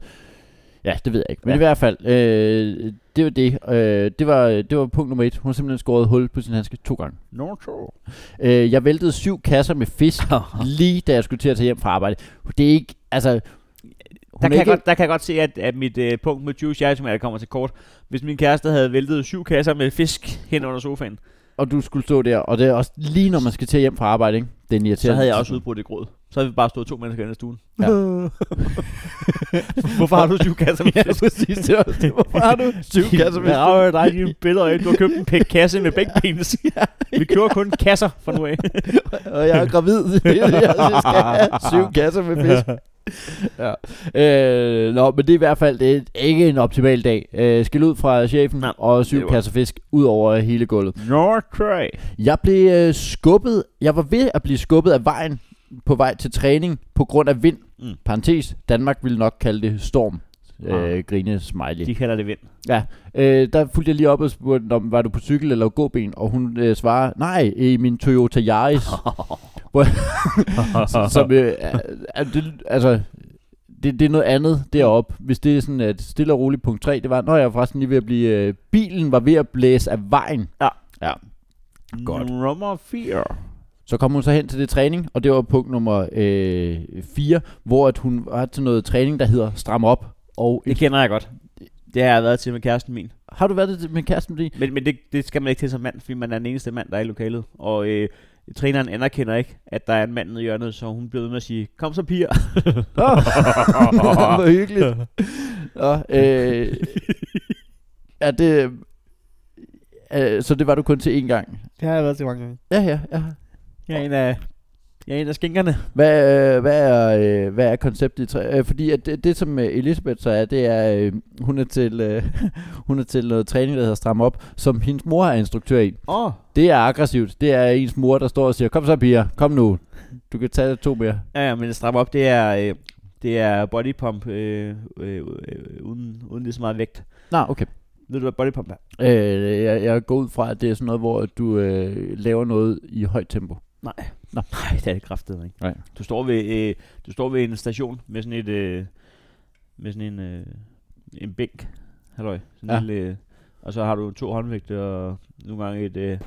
Speaker 2: ja, det ved jeg ikke. Men
Speaker 3: Ja.
Speaker 2: ja. i hvert fald, øh, det var det. Øh, det, var, det var punkt nummer et. Hun har simpelthen skåret hul på sin handske to gange.
Speaker 3: No to.
Speaker 2: Øh, jeg væltede syv kasser med fisk, lige da jeg skulle til at tage hjem fra arbejde. Det er ikke, altså... Hun
Speaker 3: Der
Speaker 2: er
Speaker 3: kan, jeg
Speaker 2: ikke,
Speaker 3: godt, der kan jeg godt se, at, at mit øh, punkt med 20 cherrytomater kommer til kort. Hvis min kæreste havde væltet syv kasser med fisk hen under sofaen,
Speaker 2: Og du skulle stå der, og det er også lige når man skal til at hjem fra arbejde, ikke? Det er irriterende.
Speaker 3: så havde jeg også udbrudt i gråd. Så havde vi bare stået to mennesker inde i stuen.
Speaker 2: Ja.
Speaker 3: Hvorfor har du syv kasser med
Speaker 2: Ja,
Speaker 3: fisk?
Speaker 2: præcis. Det var, det var, har du syv kasser med fisk?
Speaker 3: Jeg rager dig dine billeder af, du har købt en pæk kasse med begge penis. Vi kører kun kasser fra nu af.
Speaker 2: Og jeg er gravid. Det er det, jeg skal have. syv kasser med fisk. Ja. Øh, nå, men det er i hvert fald det er ikke en optimal dag. Øh, skil ud fra chefen
Speaker 3: Nej,
Speaker 2: og
Speaker 3: det
Speaker 2: syv
Speaker 3: var-
Speaker 2: kasser fisk ud over hele gulvet.
Speaker 3: Nordtræ.
Speaker 2: Jeg blev øh, skubbet. Jeg var ved at blive skubbet af vejen på vej til træning på grund af vind.
Speaker 3: Mm.
Speaker 2: Mm. Parentes. Danmark ville nok kalde det storm.
Speaker 3: Ah.
Speaker 2: Øh, grine smiley.
Speaker 3: De kalder det vind.
Speaker 2: Øh, der fulgte jeg lige op og spurgte, om var du på cykel eller gåben? Og hun øh, svarer, nej, i min Toyota Yaris. Så- som, øh, er, er det, altså, det, det er noget andet deroppe. Hvis det er sådan et stille og roligt punkt 3, det var, når jeg var forresten lige ved at blive... Øh, bilen var ved at blæse af vejen. Godt.
Speaker 3: Nummer 4.
Speaker 2: Så kom hun så hen til det træning, og det var punkt nummer øh, 4, hvor at hun var til noget træning, der hedder Stram op. Og
Speaker 3: Det kender jeg godt. Det har jeg været til med kæresten min.
Speaker 2: har du været det med kæresten din?
Speaker 3: Men, men det, det skal man ikke til som mand, fordi man er den eneste mand, der er i lokalet. Og øh, træneren anerkender ikke, at der er en mand nede i hjørnet, så hun bliver ved med at sige, kom så piger.
Speaker 2: Åh, Hvor hyggeligt. Nå, øh, ja, det, øh, så det var du kun til én gang?
Speaker 3: Det har jeg været til mange gange.
Speaker 2: Ja, ja, ja.
Speaker 3: Jeg er en af, jeg er en af skinkerne.
Speaker 2: Hvad, øh, hvad, er, øh, hvad er konceptet i træ? Øh, fordi at det, det, som øh, Elisabeth så er, det er, øh, hun, er til, øh, hun er til noget træning, der hedder Stram Op, som hendes mor er instruktør i.
Speaker 3: Åh, oh,
Speaker 2: Det er aggressivt. Det er ens mor, der står og siger, kom så piger, kom nu. Du kan tage to mere.
Speaker 3: ja, ja, men stram op, det er, øh, det er body pump øh, øh, øh, uden, uden lige så meget vægt.
Speaker 2: Nå, okay.
Speaker 3: Ved du, hvad body pump er?
Speaker 2: Øh, jeg, jeg går ud fra, at det er sådan noget, hvor du øh, laver noget i højt tempo.
Speaker 3: Nej, det er det kraftedeme ikke.
Speaker 2: Nej.
Speaker 3: Du står ved, øh, du står ved en station med sådan et, øh, med sådan en, øh, en bænk, halløj, sådan
Speaker 2: Ja.
Speaker 3: en lille, øh, og så har du to håndvægte og nogle gange et, øh,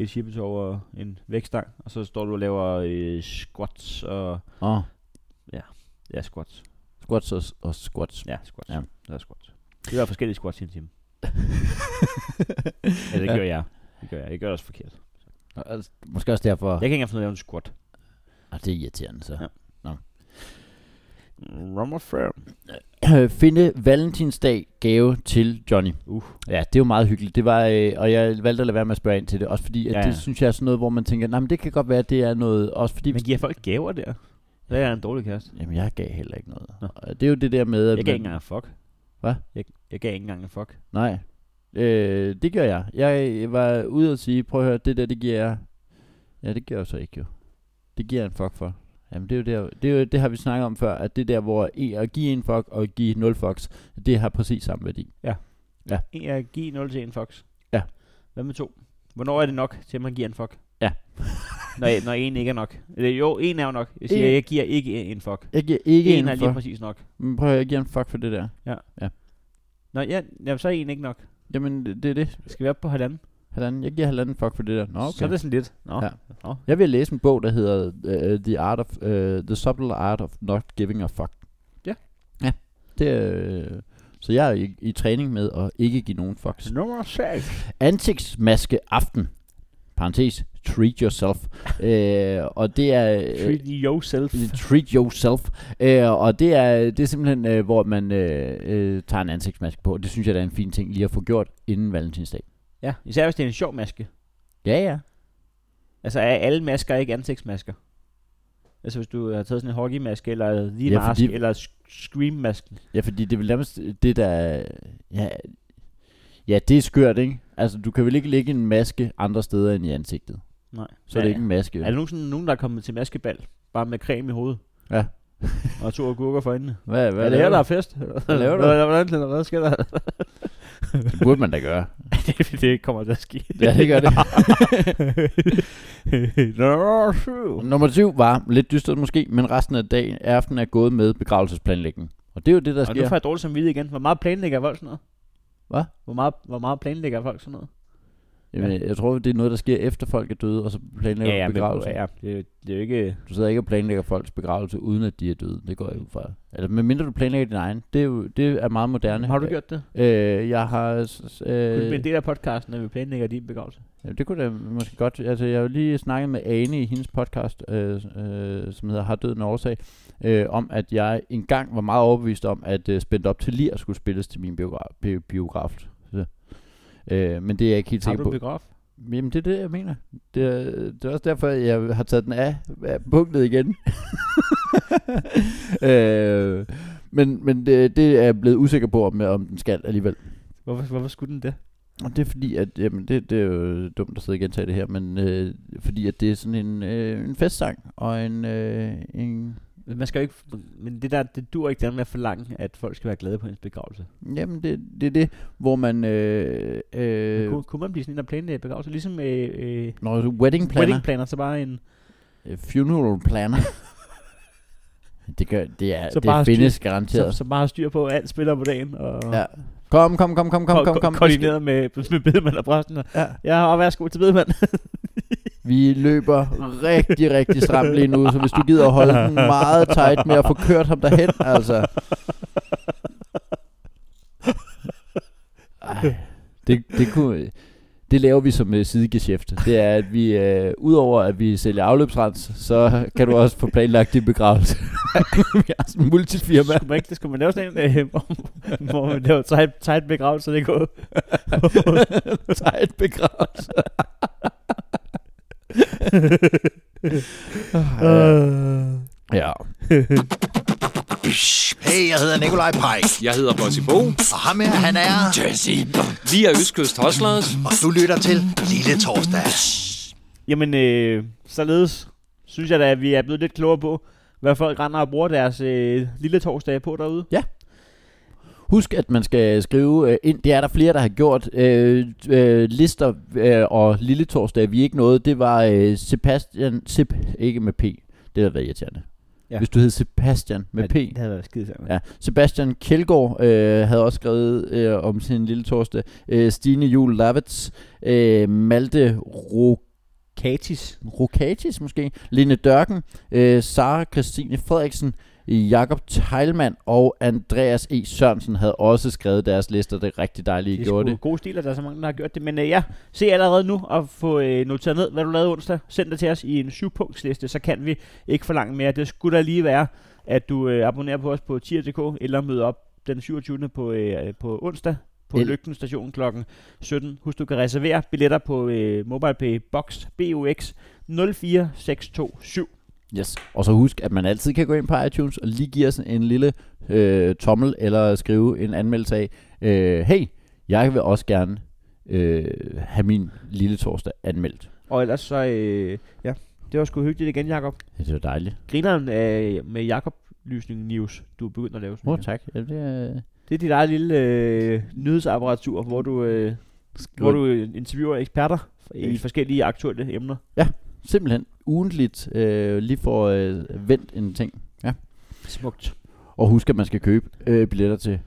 Speaker 3: et chippetov og en vægtstang, og så står du og laver øh, squats og,
Speaker 2: Åh,
Speaker 3: ja, squats,
Speaker 2: squats og, og squats.
Speaker 3: ja, squats,
Speaker 2: Ja.
Speaker 3: ja. der er squats. Det er forskellige squats i en time. ja, det gør jeg. Det gør jeg. Jeg gør det også forkert. Jeg
Speaker 2: Og altså, Måske også derfor,
Speaker 3: kan ikke engang finde ud af at lave en squat.
Speaker 2: ah, det er irriterende så.
Speaker 3: Ja. Rummer firm.
Speaker 2: Øh, Finde valentinsdag gave til Johnny.
Speaker 3: Uh.
Speaker 2: Ja, det er jo meget hyggeligt. Det var, øh, og jeg valgte at lade være med at spørge ind til det, også fordi at ja,
Speaker 3: Ja,
Speaker 2: ja.
Speaker 3: ja.
Speaker 2: det synes jeg er sådan noget, hvor man tænker, nej, men det kan godt være, at det er noget, også fordi...
Speaker 3: Men giver folk gaver der? Det er en dårlig kæreste.
Speaker 2: Jamen, jeg gav heller ikke noget.
Speaker 3: Nå.
Speaker 2: Og Det er jo det der med... at
Speaker 3: Jeg gav
Speaker 2: man-
Speaker 3: ikke engang en fuck.
Speaker 2: Hvad?
Speaker 3: Jeg, jeg gav ikke engang en fuck.
Speaker 2: Nej, øh, det gør jeg. Jeg var ude og sige, prøv at høre, det der, det giver jeg... Ja, det gør jeg så ikke jo. Det giver jeg en fuck for. Jamen, det er jo der, det, er jo, det har vi snakket om før, at det der, hvor e- at give en fuck og give nul fucks, det har præcis samme værdi.
Speaker 3: Jeg giver 0 til en fox.
Speaker 2: Ja.
Speaker 3: Hvad med to? Hvornår er det nok til, at man giver en fuck?
Speaker 2: Ja.
Speaker 3: når, når en ikke er nok. Eller, jo, en er jo nok. Jeg siger,
Speaker 2: En-
Speaker 3: jeg giver ikke en fuck.
Speaker 2: Jeg giver ikke
Speaker 3: en
Speaker 2: en,
Speaker 3: er
Speaker 2: fuck.
Speaker 3: lige præcis nok.
Speaker 2: Men prøv at høre, jeg giver en fuck for det der.
Speaker 3: Nå, ja, jamen, så er en ikke nok.
Speaker 2: Jamen, det det er det.
Speaker 3: Skal vi op på halvanden?
Speaker 2: Halvanden. Jeg giver halvanden fuck for det der. Nå, okay.
Speaker 3: Så er det sådan lidt. Nå.
Speaker 2: Ja.
Speaker 3: Ja.
Speaker 2: Jeg vil læse en bog, der hedder uh, The Art of uh, The Subtle Art of Not Giving a Fuck.
Speaker 3: Ja.
Speaker 2: Ja. Det, øh, så jeg er i, i træning med at ikke give nogen fucks.
Speaker 3: Nummer 6.
Speaker 2: Ansigtsmaske aften. Parenthes. Treat yourself. øh, og det er... øh,
Speaker 3: Treat yourself.
Speaker 2: Treat yourself. Øh, og det er, det er simpelthen, øh, hvor man øh, øh, tager en ansigtsmaske på. Det synes jeg, der er en fin ting lige at få gjort inden valentinsdag.
Speaker 3: Ja, især hvis det er en sjov maske.
Speaker 2: Ja, ja.
Speaker 3: Altså er alle masker ikke ansigtsmasker? Altså hvis du har taget sådan en hockeymaske, eller lige
Speaker 2: Ja,
Speaker 3: ja, mask,
Speaker 2: fordi-
Speaker 3: eller sk- screammasken.
Speaker 2: Ja, fordi det er vel nærmest det, der... er- Ja, ja, det er skørt, ikke? Altså, du kan vel ikke lægge en maske andre steder end i ansigtet.
Speaker 3: Nej.
Speaker 2: Så er det ikke en maske.
Speaker 3: Er
Speaker 2: vel?
Speaker 3: der nogen, sådan, nogen, der er kommet til maskebal, bare med creme i hovedet?
Speaker 2: Ja.
Speaker 3: og to agurker for øjnene.
Speaker 2: Hvad, hvad
Speaker 3: er det her,
Speaker 2: laver
Speaker 3: der er
Speaker 2: du?
Speaker 3: fest? Hvad
Speaker 2: laver du?
Speaker 3: Hvordan, hvordan, hvad sker der?
Speaker 2: Det burde man da gøre.
Speaker 3: det, det kommer til at ske.
Speaker 2: Ja, det gør det.
Speaker 3: Nummer syv.
Speaker 2: Nummer 7 var lidt dystert måske, men resten af dagen, af aftenen er gået med begravelsesplanlægning. Og det er jo det, der
Speaker 3: Og nu
Speaker 2: sker.
Speaker 3: får jeg dårlig samvittighed igen. Hvor meget planlægger folk sådan noget?
Speaker 2: Hvad?
Speaker 3: Hvor meget, hvor meget planlægger folk sådan noget?
Speaker 2: Jamen, jeg tror, det er noget, der sker efter folk er døde, og så planlægger ja, begravelse.
Speaker 3: ja, det, er jo- det er jo ikke...
Speaker 2: Du sidder ikke og planlægger folks begravelse, uden at de er døde. Det går jeg ud fra. Eller medmindre du planlægger din egen. Det er, jo, det er meget moderne.
Speaker 3: Har du gjort det?
Speaker 2: Øh, jeg har... s- s-
Speaker 3: Kunne det
Speaker 2: Øh,
Speaker 3: blive en del af podcasten, når vi planlægger din begravelse?
Speaker 2: Ja, det kunne da måske godt. Altså, jeg har jo lige snakket med Ane i hendes podcast, øh, øh, som hedder Har døden en årsag, øh, om at jeg engang var meget overbevist om, at øh, Spændt op til lir skulle spilles til min biograf. Bi- biograf. Så, øh, men det er jeg ikke helt
Speaker 3: Har
Speaker 2: sikker
Speaker 3: du
Speaker 2: på.
Speaker 3: en biograf?
Speaker 2: Jamen, det er det, jeg mener. Det er, det er også derfor, jeg har taget den af, af punktet igen. øh, men men det, det er jeg blevet usikker på, om, om den skal alligevel.
Speaker 3: Hvorfor, hvorfor skulle den det?
Speaker 2: Og det er fordi, at jamen, det, det er jo dumt at sidde og gentage det her, men øh, fordi at det er sådan en, øh, en festsang og en, øh, en
Speaker 3: Men Man skal jo ikke, men det der, det dur ikke den med at forlange, at folk skal være glade på ens begravelse.
Speaker 2: jamen det, det er det, hvor man øh,
Speaker 3: Øh.
Speaker 2: øh,
Speaker 3: Kunne, kunne man blive sådan en, der planlægger begravelse? Ligesom øh, øh,
Speaker 2: når du wedding planner,
Speaker 3: wedding
Speaker 2: wedding
Speaker 3: planner, så bare en...
Speaker 2: funeral planner. det gør det er
Speaker 3: Så
Speaker 2: det
Speaker 3: bare
Speaker 2: findes
Speaker 3: Så,
Speaker 2: garanteret.
Speaker 3: så bare har styr på, at alt spiller på dagen, og
Speaker 2: ja. Kom, kom, kom, kom, kom,
Speaker 3: ko-
Speaker 2: kom,
Speaker 3: ko-
Speaker 2: kom.
Speaker 3: koordineret med, med bedemand og præsten. og,
Speaker 2: Ja.
Speaker 3: Ja, og værsgo til bedemand.
Speaker 2: Vi løber rigtig, rigtig stramt lige nu, så hvis du gider at holde den meget tight med at få kørt ham derhen, altså. Ej, det, det, kunne, det laver vi som øh, sidegeschæft. Det er, at vi, øh, udover at vi sælger afløbsrens, så kan du også få planlagt din begravelse. vi har sådan en multifirma.
Speaker 3: Skulle man ikke, det skulle man lave sådan en, øh, hvor, hvor man laver tight, tight begravelse, det går.
Speaker 2: Tight begravelse.
Speaker 3: Øh.
Speaker 2: Ah, Ja.
Speaker 4: Hey, jeg hedder Nikolaj Pajk.
Speaker 5: Jeg hedder Bossy Bo.
Speaker 4: Og ham her, han er...
Speaker 6: Jesse.
Speaker 5: Vi er Østkyst Hustlers.
Speaker 4: Og du lytter til Lille Torsdag.
Speaker 3: Jamen, øh, således synes jeg da, at vi er blevet lidt klogere på, hvad folk render og bruger deres øh, lille torsdag på derude.
Speaker 2: Husk, at man skal skrive øh, ind. Det er der flere, der har gjort. Øh, øh, lister øh, og Lille Torsdag, vi ikke noget. Det var øh, Sebastian... Seb, ikke med P. Det har været irriterende.
Speaker 3: Ja.
Speaker 2: Ja. Hvis du hed Sebastian med P.
Speaker 3: Ja, Det havde været skide sammen.
Speaker 2: Ja. Sebastian Kjeldgaard øh, havde også skrevet øh, om sin lille torsdag. Øh, Stine Jul Lavits, øh, Malte Ro-
Speaker 3: Katis.
Speaker 2: Rokatis måske, Lene Dørken, øh, Sara Christine Frederiksen, Jakob Teilmann og Andreas E. Sørensen havde også skrevet deres lister. Det er rigtig dejligt, I
Speaker 3: Det er
Speaker 2: gjorde
Speaker 3: sgu
Speaker 2: det.
Speaker 3: god stil, at der er så mange, der har gjort det. Men øh, ja, se allerede nu og få øh, noteret ned, hvad du lavede onsdag. Send det til os i en syvpunktsliste, så kan vi ikke forlange mere. Det skulle da lige være, at du øh, abonnerer på os på tier.dk eller møder op den 27. på, øh, på onsdag på
Speaker 2: El-
Speaker 3: Lygten station kl. 17. Husk, du kan reservere billetter på øh, MobilePay Box BOX 04627.
Speaker 2: Yes. Og så husk, at man altid kan gå ind på iTunes og lige give os en lille øh, tommel eller skrive en anmeldelse af, øh, hey, jeg vil også gerne øh, have min lille torsdag anmeldt.
Speaker 3: Og ellers så, øh, ja, det var sgu hyggeligt igen, Jacob.
Speaker 2: Det var dejligt.
Speaker 3: Grineren øh, med Jacob Lysning News, du er begyndt at lave. synes
Speaker 2: Åh, oh,
Speaker 3: jeg.
Speaker 2: tak. Ja, det er...
Speaker 3: Det er dit eget lille øh, nyhedsapparatur, hvor du, øh, hvor du øh, interviewer eksperter i
Speaker 2: Eks-
Speaker 3: forskellige aktuelle emner.
Speaker 2: Simpelthen ugentligt øh, lige får øh, vendt en ting.
Speaker 3: Smukt.
Speaker 2: Og husk, at man skal købe øh, billetter til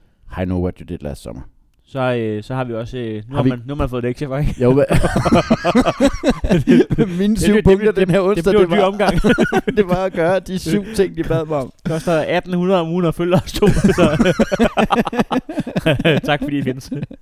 Speaker 2: I Know What You Did Last Summer.
Speaker 3: Så, øh, så har vi også... Øh, nu, har
Speaker 2: Har vi-
Speaker 3: man, nu har man fået lektier for, ikke?
Speaker 2: Jo, mine syv
Speaker 3: det-
Speaker 2: punkter den her
Speaker 3: Det
Speaker 2: onsdag,
Speaker 3: blev
Speaker 2: det,
Speaker 3: en dyr
Speaker 2: var,
Speaker 3: omgang. Det
Speaker 2: det var at gøre de syv ting, de bad mig om.
Speaker 3: koster 1800 om ugen at følge os to. Så. tak fordi I findes.